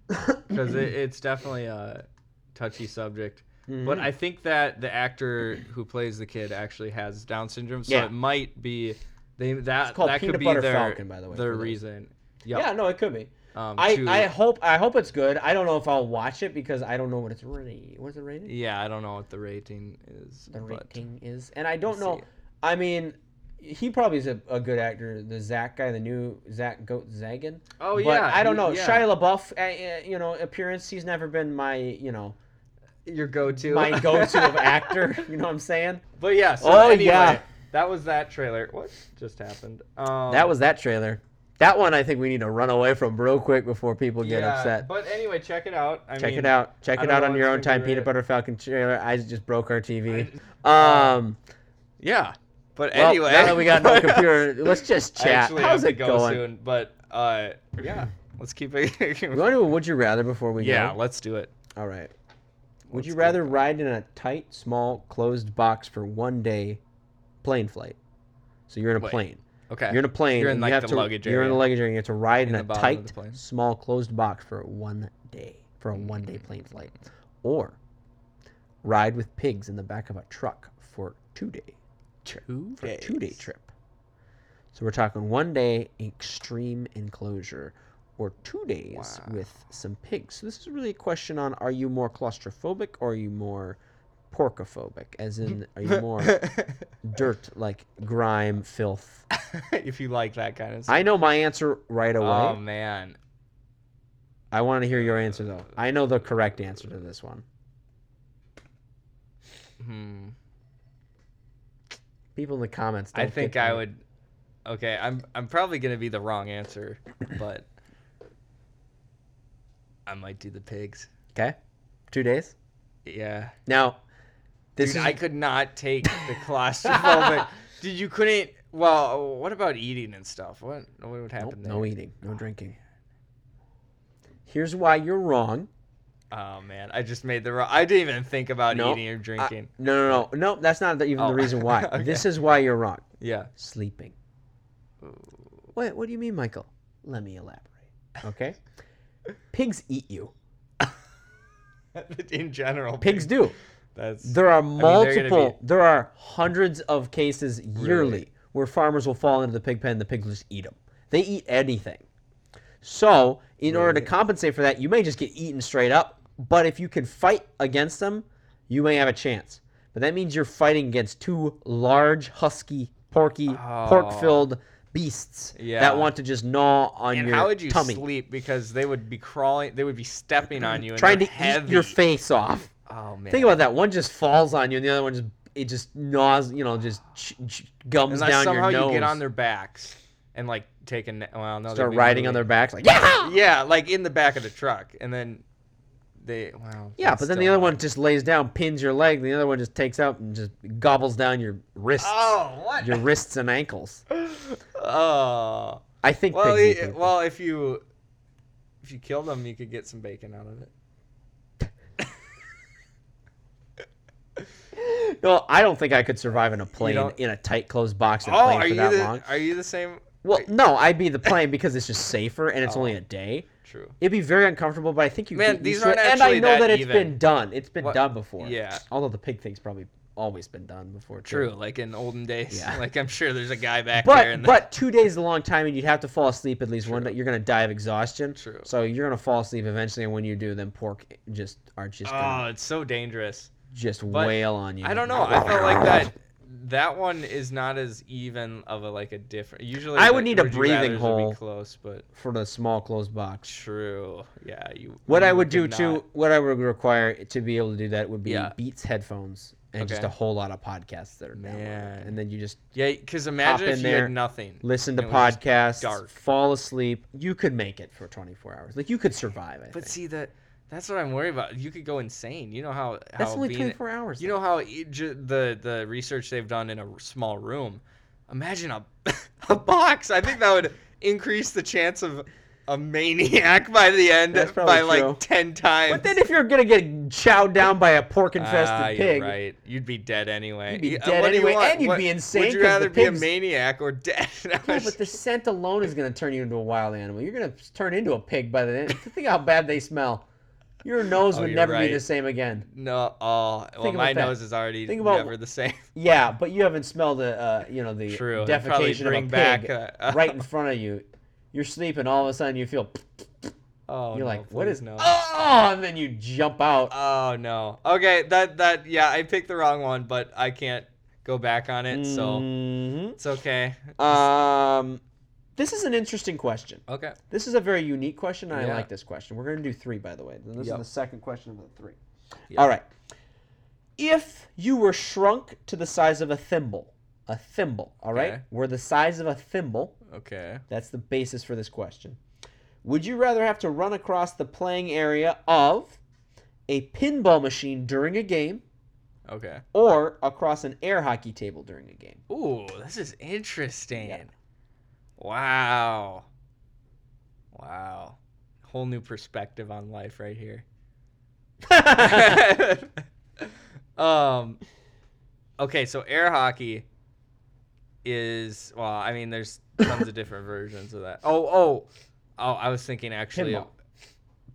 S2: Because it, it's definitely a touchy subject.
S5: Mm-hmm.
S2: But I think that the actor who plays the kid actually has Down syndrome, so
S5: Yeah.
S2: it might be they that
S5: called
S2: that could
S5: Peanut
S2: be
S5: Butter
S2: their
S5: Falcon, by the way,
S2: their
S5: for those.
S2: reason.
S5: yeah,
S2: Yep.
S5: no, it could be.
S2: Um,
S5: I,
S2: to-
S5: I hope I hope it's good. I don't know if I'll watch it because I don't know what it's rated. What's it rated?
S2: yeah, I don't know what the rating is.
S5: The
S2: but
S5: rating is, and I don't
S2: We'll
S5: know.
S2: see.
S5: I mean, he probably is a, a good actor. The Zach guy, the new Zach Goat Zagan.
S2: Oh,
S5: But
S2: yeah,
S5: I don't
S2: he-
S5: know.
S2: yeah.
S5: Shia LaBeouf, uh, uh, you know, appearance. He's never been my, you know,
S2: your go-to
S5: my go-to of actor. You know what I'm saying?
S2: But yeah, so
S5: Oh,
S2: anyway,
S5: yeah.
S2: that was that trailer. What just happened? Um,
S5: That was that trailer. That one I think we need to run away from real quick before people get
S2: yeah,
S5: upset.
S2: But anyway, check it out. I
S5: Check
S2: mean,
S5: it out. Check
S2: I
S5: it
S2: don't
S5: out
S2: know
S5: on
S2: if
S5: your
S2: it's
S5: own
S2: gonna
S5: time.
S2: be
S5: Peanut
S2: rated-
S5: Butter Falcon trailer. I just broke our TV.
S2: uh,
S5: um,
S2: Yeah. But
S5: well,
S2: anyway,
S5: now that we got no computer, let's just
S2: I
S5: chat.
S2: actually
S5: How's
S2: have
S5: it
S2: to go
S5: going?
S2: soon, but uh, yeah, let's keep it.
S5: You want to do a would you rather before we
S2: yeah,
S5: go?
S2: let's do it.
S5: All right. Would
S2: Let's
S5: you
S2: go.
S5: rather ride in a tight, small, closed box for one day, plane flight? So you're in a
S2: Wait.
S5: plane.
S2: Okay.
S5: You're in a plane.
S2: You're in
S5: and
S2: like
S5: you have
S2: the
S5: to,
S2: luggage
S5: You're in
S2: area.
S5: the luggage area. And you have to ride in,
S2: In
S5: a
S2: the bottom of the
S5: tight,
S2: plane.
S5: small, closed box for one day, for a one
S2: Mm.
S5: day plane flight, or ride with pigs in the back of a truck for two day,
S2: two
S5: for a two day trip. So we're talking one day extreme enclosure, or two days
S2: Wow.
S5: with some pigs. So this is really a question on: Are you more claustrophobic or are you more porcophobic? As in, are you more dirt, like grime, filth?
S2: if you like that kind of stuff.
S5: I know my answer right away.
S2: oh man.
S5: I want to hear your answer though. I know the correct answer to this one.
S2: Hmm.
S5: People in the comments. Don't
S2: I think
S5: get
S2: I
S5: that.
S2: would. Okay, I'm I'm probably gonna be the wrong answer, but I might do the pigs.
S5: Okay, two days.
S2: Yeah.
S5: Now, this
S2: Dude,
S5: is
S2: I could not take the claustrophobic. Dude, you couldn't. Well, what about eating and stuff? What what would happen
S5: Nope,
S2: there?
S5: no eating, no drinking. Here's why you're wrong.
S2: Oh man, I just made the wrong. I didn't even think about
S5: No,
S2: eating or drinking.
S5: No, no, no, no. That's not the, even
S2: Oh,
S5: the reason why.
S2: okay.
S5: This is why you're wrong.
S2: yeah.
S5: Sleeping. What? What do you mean, Michael? Let me elaborate. Okay. Pigs eat you.
S2: In general,
S5: Pigs do.
S2: That's
S5: There
S2: they're
S5: are
S2: gonna be-
S5: multiple. there are hundreds of cases yearly where farmers will fall into the pig pen. The pigs will just eat them. They eat anything. So, in order to compensate for that, you may just get eaten straight up. But if you can fight against them, you may have a chance. But that means you're fighting against two large, husky, porky, pork-filled beasts
S2: Oh. Yeah.
S5: that want to just gnaw on
S2: And
S5: your
S2: how would you
S5: tummy,
S2: sleep? Because they would be crawling. They would be stepping on you. And
S5: trying to
S2: they're heavy.
S5: eat your face off.
S2: Oh man.
S5: Think about that. One just falls on you, and the other one just it just gnaws, you know, just ch- ch- gums
S2: Unless
S5: down
S2: somehow
S5: your nose.
S2: you get on their backs and like take a na- well, no, they'd
S5: start
S2: be
S5: riding on
S2: really-
S5: their backs, like yeah,
S2: Yeah, like in the back of the truck, and then they wow.
S5: yeah.
S2: that's
S5: But then the
S2: still
S5: other
S2: not-
S5: one just lays down, pins your leg. The other one just takes out and just gobbles down your wrists,
S2: Oh what?
S5: your wrists and ankles.
S2: Oh.
S5: I think.
S2: Well,
S5: pigs eat
S2: i-
S5: people.
S2: well, if you if you kill them, you could get some bacon out of it.
S5: no, I don't think I could survive in a plane
S2: don't-
S5: in a tight closed box and
S2: Oh,
S5: plane
S2: are
S5: for
S2: you
S5: that
S2: the
S5: long.
S2: are you the same?
S5: Well, no, I'd be the plane because it's just safer and it's
S2: Oh.
S5: only a day.
S2: True.
S5: It'd be very uncomfortable, but I think you
S2: Man,
S5: get
S2: these
S5: used to it.
S2: aren't
S5: And I
S2: actually
S5: know
S2: that
S5: that it's
S2: even.
S5: been done. It's been
S2: What-
S5: done before.
S2: yeah.
S5: Although the pig thing's probably always been done before. too.
S2: True, like in olden days.
S5: Yeah.
S2: Like I'm sure there's a guy back there.
S5: But
S2: in
S5: but two days is a long time, and you'd have to fall asleep at least one night. You're gonna die of exhaustion.
S2: True.
S5: So you're gonna fall asleep eventually, and when you do, then pork just are just
S2: the,
S5: gonna
S2: oh, it's so dangerous.
S5: just wail on you.
S2: I don't know. I felt like that. That one is not as even of a like a different. Usually,
S5: I
S2: like,
S5: would need a
S2: Would You
S5: breathing
S2: Rathers would
S5: hole.
S2: Be close, but
S5: for the small closed box.
S2: true. Yeah, you.
S5: What I
S2: you
S5: would do
S2: could
S5: too,
S2: not-
S5: what I would require to be able to do that would be
S2: Yeah.
S5: Beats headphones and just
S2: Okay.
S5: a whole lot of podcasts that are downloaded,
S2: Man.
S5: and then you just
S2: Yeah, because imagine
S5: in
S2: if you
S5: there,
S2: had nothing.
S5: listen to
S2: and it was just
S5: podcasts,
S2: dark.
S5: fall asleep. You could make it for 24 hours. Like you could survive. I
S2: But
S5: think.
S2: see that. That's what I'm worried about. You could go insane. You know how, how
S5: that's only
S2: being-
S5: 24 hours.
S2: You know how e- ju- the the research they've done in a r- small room. Imagine a a box. I think that would increase the chance of a maniac by the end
S5: That's probably
S2: by
S5: true.
S2: like ten times.
S5: But then if you're gonna get chowed down by a pork infested
S2: Ah, you're
S5: pig,
S2: right. You'd be dead anyway.
S5: You'd be
S2: Yeah,
S5: dead
S2: what do you
S5: anyway,
S2: want?
S5: and you'd
S2: What-
S5: be insane
S2: Would you
S5: 'cause the
S2: rather be a
S5: pigs-
S2: maniac or dead?
S5: No, but the scent alone is going to turn you into a wild animal. You're going to turn into a pig by the end. Think how bad they smell. Your nose
S2: Oh,
S5: would
S2: you're
S5: never be the
S2: right.
S5: same again.
S2: No, oh, well,
S5: about
S2: my
S5: that.
S2: nose is already
S5: Think about-
S2: never the same.
S5: Yeah, but you haven't smelled the, uh, you know, the
S2: True, it'd probably
S5: defecation of a
S2: bring
S5: pig
S2: back, uh,
S5: right in front of you. You're sleeping, all of a sudden you feel,
S2: Oh,
S5: you're
S2: no,
S5: like, what
S2: please
S5: is?
S2: no?
S5: Oh, and then you jump out.
S2: Oh no. Okay, that that yeah, I picked the wrong one, but I can't go back on it, so
S5: Mhm.
S2: it's okay.
S5: um, this is an interesting question.
S2: Okay.
S5: This is a very unique question, and I
S2: Yeah.
S5: like this question. We're going to do three, by the way. This
S2: Yep.
S5: is the second question of the three.
S2: Yep.
S5: All right. If you were shrunk to the size of a thimble, a thimble, all right,
S2: Okay.
S5: were the size of a thimble,
S2: Okay.
S5: that's the basis for this question. Would you rather have to run across the playing area of a pinball machine during a game
S2: Okay.
S5: or across an air hockey table during a game?
S2: Ooh, this is interesting. Wow. Wow. Whole new perspective on life right here. um okay, so air hockey is well, I mean there's tons of different versions of that. Oh, oh. Oh, I was thinking actually
S5: Pinball.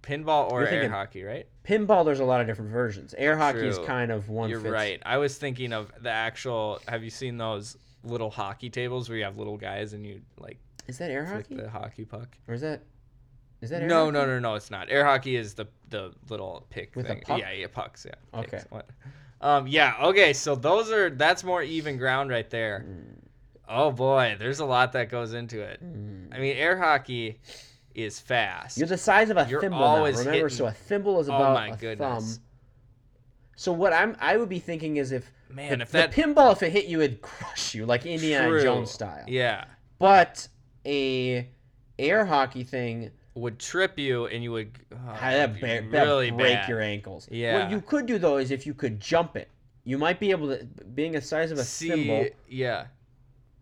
S2: pinball or
S5: You're
S2: air
S5: thinking-
S2: hockey, right?
S5: Pinball, there's a lot of different versions. Air hockey is
S2: True.
S5: kind of one.
S2: You're
S5: fits-
S2: right. I was thinking of the actual have you seen those little hockey tables where you have little guys and you like
S5: Is that air
S2: flick
S5: hockey,
S2: the hockey puck?
S5: or is that is that air
S2: No,
S5: hockey?
S2: no, no, no, it's not. Air hockey is the the little pick
S5: With a
S2: thing.
S5: puck?
S2: Yeah, yeah, pucks, yeah.
S5: Okay.
S2: picks, what- Um yeah, okay, so those are that's more even ground right there.
S5: Mm.
S2: Oh boy, there's a lot that goes into it. I mean, air hockey is fast.
S5: Mm. You're the size of a
S2: You're
S5: thimble
S2: always
S5: now. Remember,
S2: hitting-
S5: so a thimble is
S2: Oh
S5: about
S2: my
S5: a
S2: goodness.
S5: thumb. So what I'm I would be thinking is if
S2: Man,
S5: the,
S2: if that
S5: the pinball if it hit you it'd crush you like Indiana
S2: true,
S5: Jones style.
S2: Yeah.
S5: But a air hockey thing ah,
S2: Would trip you and you would oh,
S5: that
S2: that'd be
S5: really break
S2: bad.
S5: your ankles.
S2: Yeah.
S5: What you could do though is if you could jump it, you might be able to being the size of a
S2: See,
S5: thimble,
S2: yeah,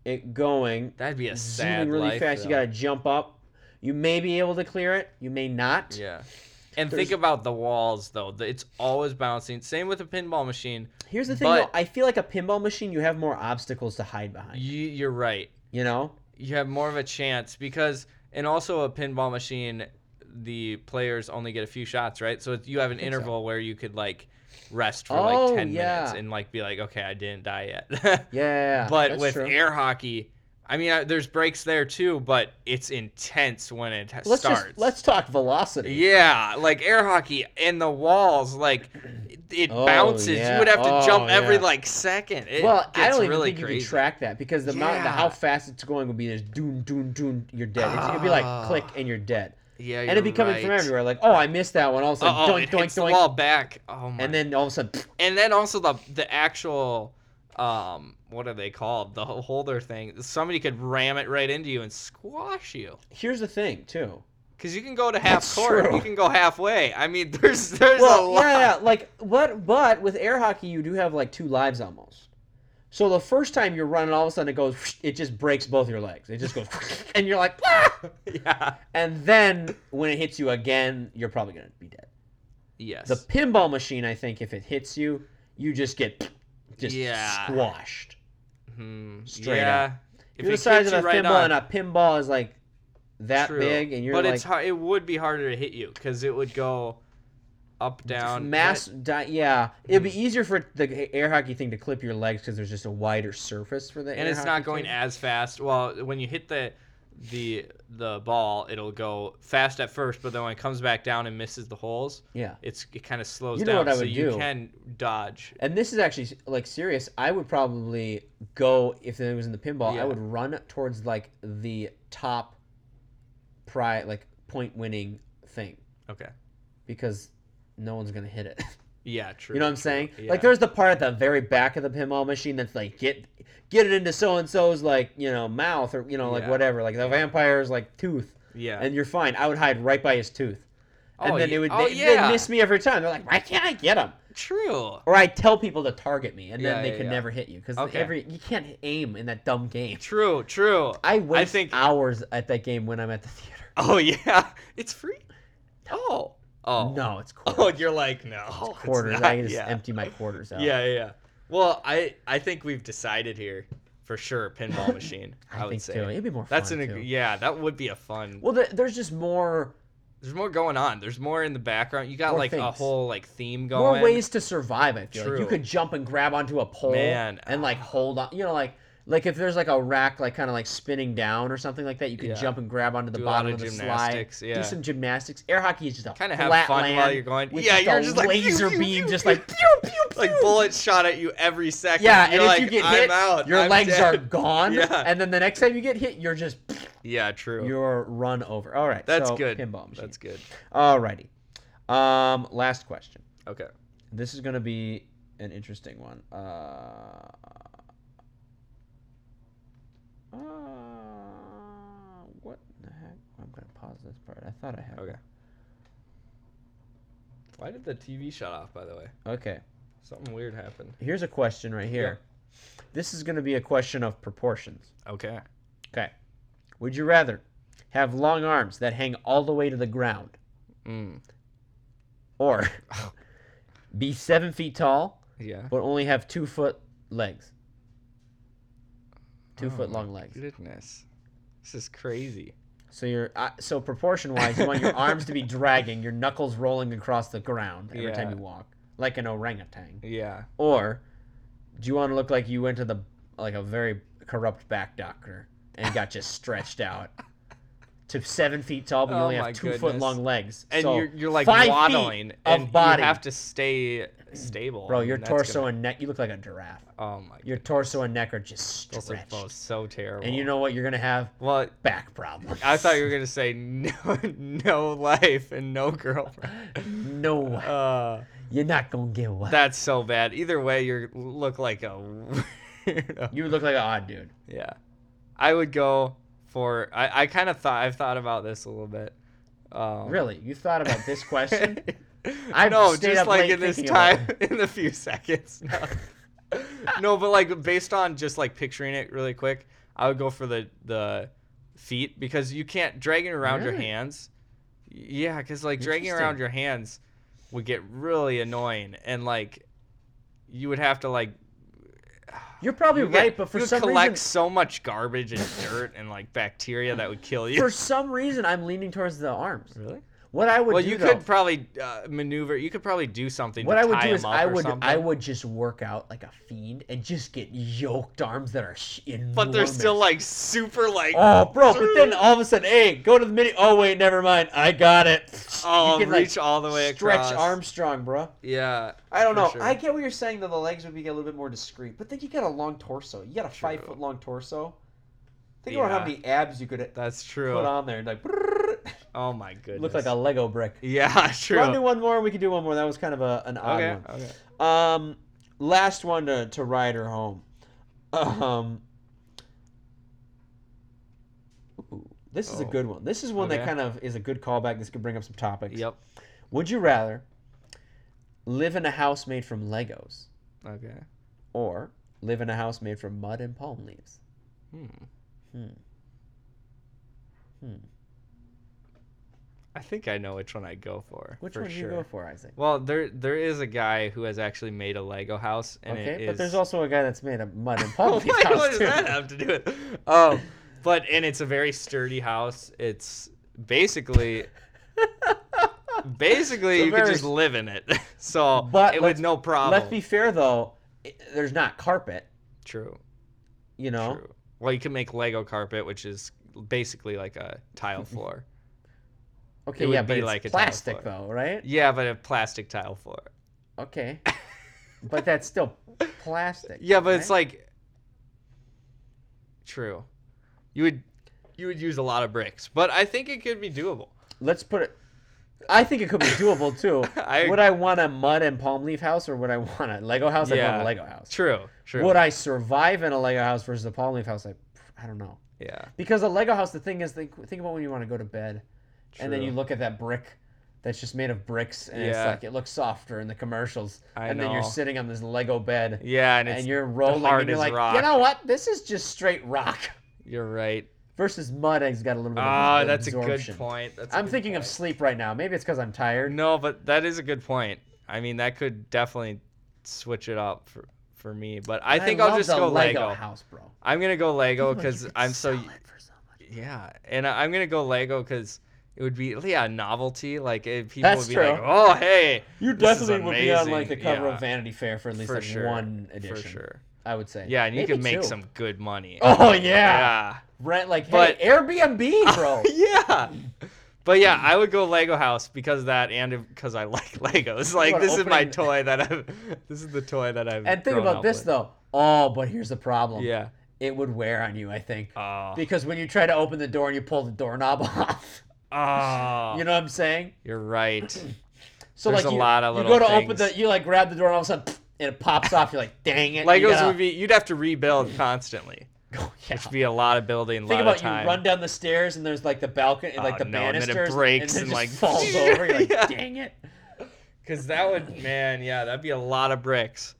S5: it going
S2: that'd be a sad
S5: zooming really
S2: life,
S5: fast.
S2: though.
S5: You gotta jump up. You may be able to clear it. You may not.
S2: Yeah. And
S5: There's-
S2: think about the walls though. The- It's always bouncing. Same with a pinball machine.
S5: Here's the thing
S2: But-
S5: though, I feel like a pinball machine you have more obstacles to hide behind.
S2: You, you're right.
S5: You know?
S2: You have more of a chance because, and also a pinball machine, the players only get a few shots, right? So it's- you have an interval where you could like rest for
S5: Oh,
S2: like ten minutes
S5: yeah.
S2: and like be like, okay, I didn't die yet.
S5: Yeah.
S2: but
S5: that's
S2: with
S5: true.
S2: air hockey, I mean, I, there's breaks there too, but it's intense when it ha-
S5: let's
S2: starts.
S5: just let's talk velocity.
S2: Yeah, like air hockey and the walls, like it, it
S5: Oh,
S2: bounces.
S5: yeah.
S2: You would have to
S5: Oh,
S2: jump every
S5: yeah.
S2: like second. It
S5: Well, I
S2: gets
S5: don't even
S2: really
S5: think
S2: crazy.
S5: you can track that because the amount, the how
S2: Yeah.
S5: fast it's going will be just doon doon doon. You're dead. It's, it'll be like
S2: Ah.
S5: click and you're dead,
S2: Yeah,
S5: and it'd be coming from everywhere. Like, oh, I missed that one. All of a sudden,
S2: Oh,
S5: doink
S2: it
S5: doink
S2: hits the
S5: doink,
S2: wall back. Oh my!
S5: and then all of a sudden,
S2: and then also the the actual, um, what are they called? The holder thing. Somebody could ram it right into you and squash you.
S5: here's the thing too.
S2: Cause you can go to half
S5: That's
S2: court.
S5: true.
S2: You can go halfway. I mean, there's there's a
S5: Well,
S2: lot.
S5: yeah, yeah, like what? But with air hockey, you do have like two lives almost. So the first time you're running, all of a sudden it goes, it just breaks both your legs. It just goes, and you're like, "Ah!"
S2: yeah.
S5: and then when it hits you again, you're probably gonna be dead.
S2: Yes.
S5: The pinball machine, I think, if it hits you, you just get just
S2: Yeah.
S5: squashed.
S2: Hmm,
S5: Straight
S2: yeah.
S5: up.
S2: If
S5: you're
S2: it
S5: the size
S2: hits
S5: of a
S2: you right
S5: thimble,
S2: on-
S5: and a pinball is like that
S2: True.
S5: big, and you're
S2: but
S5: like,
S2: it's hard. It would be harder to hit you because it would go. up, down.
S5: Mass, di- yeah. It'd be easier for the air hockey thing to clip your legs because there's just a wider surface for the.
S2: and
S5: air
S2: it's not
S5: hockey
S2: going
S5: thing.
S2: as fast. Well, when you hit the the the ball, it'll go fast at first, but then when it comes back down and misses the holes,
S5: Yeah.
S2: it's it kind of slows
S5: You know
S2: down.
S5: what I
S2: so
S5: would
S2: you
S5: do.
S2: can dodge.
S5: And this is actually like serious. I would probably go if it was in the pinball.
S2: Yeah.
S5: I would run towards like the top, pri like point winning thing
S2: Okay.
S5: because no one's gonna hit it.
S2: Yeah, true.
S5: You know what I'm saying?
S2: Yeah.
S5: Like there's the part at the very back of the pinball machine that's like get get it into so and so's like you know mouth or you know like
S2: Yeah.
S5: whatever like the vampire's like tooth
S2: Yeah.
S5: and you're fine. I would hide right by his tooth. And
S2: Oh,
S5: then
S2: ye-
S5: it would
S2: oh,
S5: they,
S2: yeah.
S5: they'd miss me every time. They're like, why can't I get him?
S2: true.
S5: Or I tell people to target me, and then
S2: Yeah,
S5: they
S2: yeah,
S5: can
S2: yeah.
S5: never hit you because
S2: Okay.
S5: every you can't aim in that dumb game.
S2: True, true.
S5: I waste
S2: think-
S5: hours at that game when I'm at the theater.
S2: oh yeah. It's free. Oh. Oh.
S5: No, it's quarters.
S2: Oh, you're like no. it's
S5: quarters.
S2: not,
S5: I can just
S2: yeah.
S5: empty my quarters out.
S2: Yeah, yeah, yeah. Well, I I think we've decided here for sure. Pinball machine. I,
S5: I,
S2: would
S5: think
S2: say
S5: too. It'd be more.
S2: that's
S5: fun
S2: an
S5: too.
S2: ag- yeah. That would be a fun.
S5: Well, the, there's just more
S2: there's more going on. There's more in the background. You got
S5: More
S2: like a
S5: things.
S2: whole like theme going.
S5: more ways to survive. I feel like you
S2: True.
S5: could jump and grab onto a pole
S2: Man, ah.
S5: and like hold on. You know, like like if there's like a rack, like kind of like spinning down or something like that, you could
S2: Yeah.
S5: jump and grab onto the
S2: Do a lot
S5: bottom
S2: of
S5: of the
S2: gymnastics,
S5: slide.
S2: yeah.
S5: Do some gymnastics. Air hockey is just a
S2: Kinda have
S5: flat
S2: fun
S5: land
S2: while you're going.
S5: with
S2: Yeah, you're
S5: a
S2: just like, pew,
S5: laser
S2: pew,
S5: beam,
S2: pew,
S5: just
S2: pew,
S5: like pew pew pew.
S2: Like bullets shot at you every second.
S5: Yeah,
S2: You're
S5: and
S2: like,
S5: if you get
S2: I'm
S5: hit,
S2: out.
S5: your
S2: I'm
S5: legs
S2: dead."
S5: are gone.
S2: Yeah.
S5: And then the next time you get hit, you're just
S2: Yeah, true.
S5: you're run over. All right,
S2: That's
S5: so
S2: good.
S5: Pinball machine.
S2: That's good.
S5: All righty. Um, last question.
S2: Okay.
S5: This is going to be an interesting one. Uh, uh, what the heck? I'm going to pause this part. I thought I had.
S2: Okay. Why did the TV shut off? By the way,
S5: Okay.
S2: something weird happened.
S5: Here's a question right here. This is going to be a question of proportions.
S2: Okay.
S5: Okay. Would you rather have long arms that hang all the way to the ground
S2: Mm.
S5: or be seven feet tall
S2: Yeah.
S5: but only have two foot legs? Two foot long legs.
S2: Oh, Goodness, this is crazy.
S5: So you're uh, so proportion wise, you want your arms to be dragging, your knuckles rolling across the ground every time
S2: Yeah.
S5: you walk, like an orangutan.
S2: Yeah.
S5: Or do you want to look like you went to the like a very corrupt back doctor and got just stretched out to seven feet tall, but you
S2: Oh
S5: only
S2: my
S5: have two foot
S2: goodness.
S5: long legs,
S2: And
S5: So
S2: you're you're like
S5: five feet
S2: waddling,
S5: of
S2: and
S5: body.
S2: you have to stay stable.
S5: Bro,
S2: I mean,
S5: your
S2: that's
S5: torso
S2: gonna-
S5: and neck, you look like a giraffe.
S2: Oh my.
S5: Your
S2: goodness.
S5: torso and neck are just
S2: Those are
S5: stretched.
S2: both so terrible.
S5: and you know what? You're gonna have
S2: Well,
S5: back problems.
S2: I thought you were gonna say no, no life and no girlfriend.
S5: no, way.
S2: Uh,
S5: you're not gonna get one.
S2: that's so bad. Either way, you look like a. weirdo.
S5: you look like an odd dude.
S2: Yeah. I would go for I, I kind of thought I've thought about this a little bit. Um,
S5: Really, you thought about this question?
S2: I
S5: I've
S2: know,
S5: stayed
S2: just
S5: up
S2: like
S5: late
S2: in this
S5: thinking about
S2: time in the few seconds. No. no, but like based on just like picturing it really quick, I would go for the the feet because you can't dragging around your
S5: Really?
S2: hands. Yeah, cuz like dragging around
S5: Interesting.
S2: your hands would get really annoying and like you would have to like
S5: You're probably
S2: Yeah,
S5: right, but for
S2: you would
S5: some
S2: collect
S5: reason,
S2: so much garbage and dirt and like bacteria that would kill you.
S5: for some reason, I'm leaning towards the arms.
S2: really?
S5: What I would
S2: Well,
S5: do
S2: you
S5: though,
S2: could probably uh, maneuver. You could probably do something.
S5: what
S2: to
S5: I would
S2: tie
S5: do is
S2: 'em up
S5: I
S2: or
S5: would
S2: something.
S5: I would just work out like a fiend and just get yoked arms that are sh- enormous.
S2: But they're still like super like.
S5: Oh, bro! But then all of a sudden, hey, go to the mini. Oh wait, never mind. I got it.
S2: Oh,
S5: you can, like,
S2: reach all the way
S5: Stretch
S2: across.
S5: Armstrong, bro.
S2: Yeah.
S5: I don't
S2: For
S5: know.
S2: sure.
S5: I get what you're saying though. The legs would be a little bit more discreet, but then you got a long torso. You got a
S2: True.
S5: five foot long torso. Think about how
S2: Yeah.
S5: many abs you could
S2: That's
S5: put
S2: true.
S5: on there and like brrrr,
S2: Oh my goodness.
S5: look like a Lego brick.
S2: Yeah, true.
S5: Want to do one more? We can do one more. That was kind of a, an odd
S2: okay.
S5: one.
S2: Okay.
S5: Um, last one to, to ride her home. Um, ooh, this is a
S2: Oh.
S5: good one. This is one that
S2: Okay.
S5: kind of is a good callback. This could bring up some topics.
S2: Yep.
S5: Would you rather live in a house made from Legos
S2: Okay.
S5: or live in a house made from mud and palm leaves?
S2: Hmm.
S5: Hmm. Hmm.
S2: I think I know which one I go for.
S5: Which
S2: for
S5: one do
S2: sure.
S5: you go for, Isaac?
S2: Well, there there is a guy who has actually made a Lego house, and it
S5: okay,
S2: is.
S5: but there's also a guy that's made of mud and palm
S2: Why,
S5: leaves. house,
S2: what does
S5: too.
S2: that have to do with? Um, but and it's a very sturdy house. It's basically Basically,
S5: So
S2: you could
S5: very-
S2: just live in it. So
S5: But
S2: it
S5: let's-
S2: with no problem.
S5: Let's be fair though, i there's not carpet,
S2: true.
S5: you know.
S2: True. Well, you can make Lego carpet, which is basically like a tile floor.
S5: Okay,
S2: It would
S5: yeah, but
S2: be
S5: it's
S2: like a tile
S5: plastic
S2: floor.
S5: though, right?
S2: yeah, but a plastic tile floor.
S5: Okay. but that's still plastic.
S2: Yeah, but it's
S5: right?
S2: like true. You would you would use a lot of bricks, but I think it could be doable.
S5: let's put it I think it could be doable too.
S2: I-
S5: would I want a mud and palm leaf house or would I want a Lego house? I'd want
S2: Yeah.
S5: a Lego house.
S2: True, true.
S5: Would I survive in a Lego house versus a palm leaf house? I, I don't know.
S2: yeah,
S5: Because a Lego house, the thing is, think, think about when you want to go to bed, and then
S2: True.
S5: you look at that brick that's just made of bricks, and it's
S2: Yeah.
S5: like it looks softer in the commercials,
S2: I
S5: and then you're
S2: know.
S5: sitting on this Lego bed,
S2: yeah, and it's
S5: and you're rolling,
S2: hard
S5: and you're
S2: as
S5: like,
S2: rock.
S5: you know what? This is just straight rock.
S2: you're right.
S5: Versus mud, has got a little bit.
S2: Ah,
S5: of
S2: that's a good
S5: absorption.
S2: point. That's a
S5: I'm
S2: good
S5: thinking of
S2: point.
S5: sleep right now. Maybe it's because I'm tired.
S2: No, but that is a good point. I mean, that could definitely switch it up for for me. But I think I will
S5: love
S2: just
S5: the
S2: go Lego.
S5: house, bro.
S2: I'm gonna go Lego
S5: Like,
S2: because
S5: you could
S2: I'm so
S5: sell it for so much.
S2: yeah, and I- I'm gonna go Lego because it would be yeah a novelty. Like it, people
S5: That's
S2: would be like,
S5: true.
S2: oh hey,
S5: You
S2: this is
S5: definitely would be on
S2: amazing."
S5: like the cover
S2: Yeah,
S5: of Vanity Fair for at least
S2: for
S5: like
S2: sure,
S5: one edition.
S2: for sure.
S5: I would say.
S2: Yeah, and you
S5: Maybe
S2: could make
S5: two.
S2: some good money.
S5: Oh yeah.
S2: yeah.
S5: Rent like hey,
S2: But-
S5: Airbnb, bro.
S2: yeah. But yeah, I would go Lego House because of that and because I like Legos. Like
S5: wanna
S2: this is my
S5: open-
S2: toy that I've this is the toy that I've
S5: and think
S2: grown
S5: about
S2: up
S5: this
S2: with.
S5: though. Oh, but here's the problem.
S2: Yeah.
S5: It would wear on you, I think.
S2: Oh.
S5: because when you try to open the door and you pull the doorknob off,
S2: Oh.
S5: you know what I'm saying?
S2: You're right.
S5: So
S2: There's
S5: like
S2: a
S5: you,
S2: lot of
S5: you
S2: little
S5: go to open
S2: things.
S5: the you like grab the door and all of a sudden and it pops off. You're like, dang it. you
S2: Legos
S5: gotta-
S2: would be you'd have to rebuild constantly.
S5: Oh, yeah.
S2: It'd be a lot of building, a
S5: Think
S2: lot
S5: about
S2: of
S5: you
S2: time.
S5: run down the stairs and there's like the balcony, like
S2: Oh,
S5: the
S2: no, and then it
S5: banisters,
S2: breaks
S5: it
S2: and,
S5: just
S2: like,
S5: falls over. You're like,
S2: Yeah.
S5: dang it!
S2: Cuz that would man, yeah, that'd be a lot of bricks.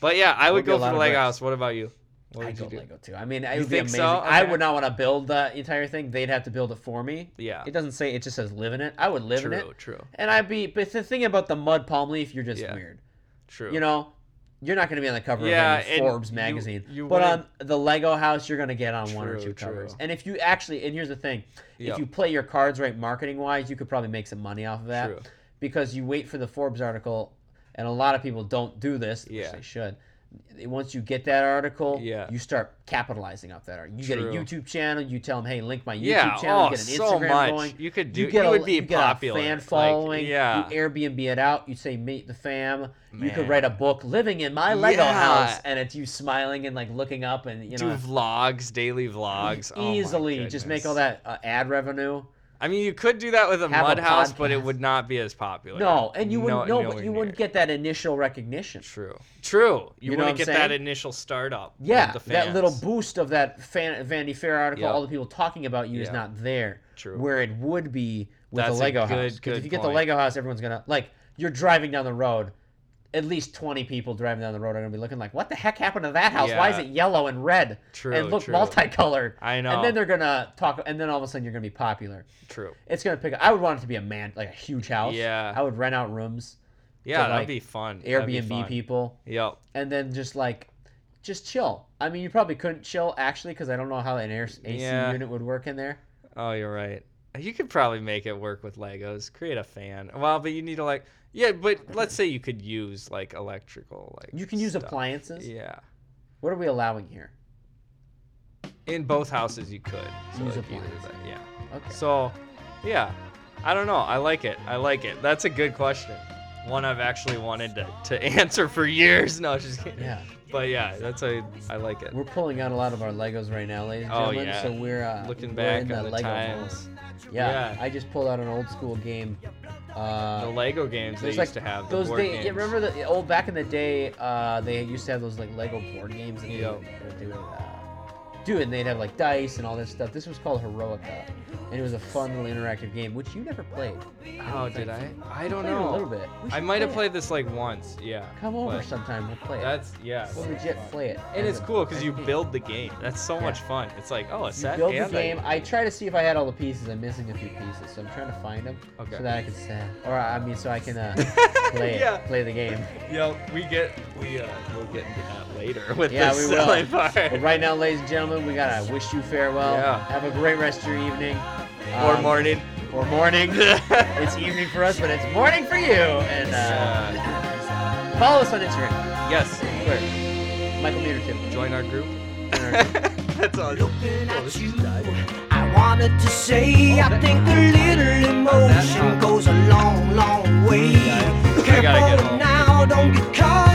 S2: But yeah, I would
S5: Would be a
S2: go for
S5: lot
S2: the
S5: of
S2: Lego
S5: bricks.
S2: House. What about you? What
S5: I
S2: would
S5: go
S2: you do?
S5: Lego too. I mean, it would be
S2: think
S5: amazing.
S2: so?
S5: I
S2: Okay.
S5: would not want to build the entire thing. They'd have to build it for me.
S2: Yeah.
S5: It doesn't say. It just says live in it. I would live in it.
S2: True, true.
S5: And I'd be. But the thing about the mud palm leaf, you're just
S2: Yeah.
S5: weird.
S2: True.
S5: You know, you're not going to be on the cover
S2: Yeah,
S5: of any
S2: and
S5: Forbes
S2: you-
S5: magazine.
S2: you
S5: but on
S2: wouldn't-
S5: the Lego house, you're going to get on one or
S2: True,
S5: two covers.
S2: true.
S5: And if you actually, and here's the thing,
S2: Yep.
S5: if you play your cards right marketing wise, you could probably make some money off of that
S2: True.
S5: because you wait for the Forbes article, and a lot of people don't do this, which
S2: Yeah.
S5: they should. Once you get that article,
S2: Yeah.
S5: you start capitalizing off that article. You
S2: True.
S5: get a YouTube channel. You tell them, "Hey, link my YouTube
S2: Yeah,
S5: channel.
S2: oh,
S5: get an Instagram
S2: so much.
S5: going.
S2: You could do- you would be
S5: get a
S2: popular,
S5: fan
S2: like,
S5: following.
S2: yeah.
S5: you Airbnb it out. You say, "Meet the fam." You
S2: Man.
S5: could write a book, "Living in My Lego
S2: Yeah.
S5: House," and it's you smiling and like looking up and you
S2: do
S5: know
S2: vlogs, daily vlogs. Oh my
S5: uh, easily just make all
S2: goodness.
S5: that uh, ad revenue.
S2: I mean, you could do that with a
S5: Have a
S2: mud house, but it
S5: podcast.
S2: would not be as popular.
S5: No, and you wouldn't. No, but
S2: nowhere
S5: you wouldn't
S2: near.
S5: get that initial recognition.
S2: True. True. You,
S5: You know
S2: wouldn't
S5: what
S2: get
S5: I'm
S2: that
S5: saying?
S2: initial startup. with
S5: Yeah,
S2: the
S5: that little
S2: fans.
S5: boost of that fan, Vanity Fair article,
S2: Yep.
S5: all the people talking about you is
S2: Yeah.
S5: not there.
S2: True.
S5: Where it would be with
S2: That's a
S5: a Lego
S2: good-
S5: house. Because
S2: good
S5: if you get the
S2: point.
S5: Lego house, everyone's gonna like. You're driving down the road. At least twenty people driving down the road are gonna be looking like, "What the heck happened to that house? Why is
S2: Yeah.
S5: it yellow and red?
S2: True,
S5: And look
S2: true.
S5: multicolored."
S2: I
S5: And
S2: know.
S5: then they're gonna talk, and then all of a sudden you're gonna be popular.
S2: True.
S5: It's gonna pick. I would want it to be a man, like a huge house.
S2: Yeah.
S5: I would rent out rooms,
S2: Yeah, that'd
S5: like,
S2: be fun. That'd be
S5: Airbnb
S2: fun.
S5: people
S2: Yep.
S5: and then just like just chill. I mean, you probably couldn't chill actually because I don't know how an air, AC
S2: Yeah.
S5: unit would work in there.
S2: Oh, you're right. You could probably make it work with Legos. Create a fan. Well, but you need to like. Yeah, but let's say you could use like electrical like.
S5: You can use
S2: stuff.
S5: appliances.
S2: Yeah.
S5: What are we allowing here?
S2: In both houses, you could. So
S5: Use
S2: like, you-
S5: appliances.
S2: Yeah.
S5: Okay.
S2: So, yeah, I don't know. I like it. I like it. That's a good question. One I've actually wanted to, to answer for years. No, just kidding.
S5: Yeah.
S2: But yeah, that's a I like it.
S5: We're pulling out a lot of our Legos right now, ladies and
S2: Oh,
S5: gentlemen.
S2: yeah.
S5: So we're uh,
S2: Looking
S5: we're
S2: back
S5: in
S2: on
S5: that
S2: the
S5: Lego
S2: times,
S5: mode. Yeah,
S2: Yeah.
S5: I just pulled out an old school game. Uh,
S2: the Lego games they
S5: there's
S2: used
S5: like
S2: to have. The
S5: those
S2: board
S5: day.
S2: games.
S5: Yeah, remember the old back in the day? Uh, they used to have those like Lego board games that they
S2: Yep.
S5: would, that they would uh, do, and they'd have like dice and all this stuff. This was called Heroica, and it was a fun little interactive game which you never played.
S2: Oh, did I? I don't
S5: Played it
S2: know.
S5: a little bit. We
S2: I
S5: should
S2: might have
S5: play
S2: played this like once. Yeah.
S5: it. Come over
S2: but
S5: sometime. We'll play it.
S2: That's yeah.
S5: we'll legit play it.
S2: And
S5: as
S2: it's
S5: a-
S2: cool because
S5: as a
S2: you
S5: game.
S2: build the game. That's so much fun. It's like oh a
S5: You
S2: set
S5: build the
S2: and
S5: game.
S2: A,
S5: I try to see if I had all the pieces. I'm missing a few pieces, so I'm trying to find them
S2: Okay.
S5: so that I can say, or I mean, so I can uh, play it,
S2: Yeah.
S5: play the game.
S2: yeah, we get we uh we'll get into that later with
S5: Yeah,
S2: the
S5: we will.
S2: silly part.
S5: But right now, ladies and gentlemen, we gotta wish you farewell.
S2: Yeah.
S5: Have a great rest of your evening.
S2: or
S5: Um, uh,
S2: morning.
S5: or morning. it's evening for us, but it's morning for you. And uh, follow us on Instagram,
S2: yes.
S5: Twitter, Michael Meter Tim.
S2: Join our group. That's all.
S3: I wanted to say, I think a little emotion goes a long, long way.
S2: I gotta get
S3: Careful
S2: home.
S3: now, don't get caught.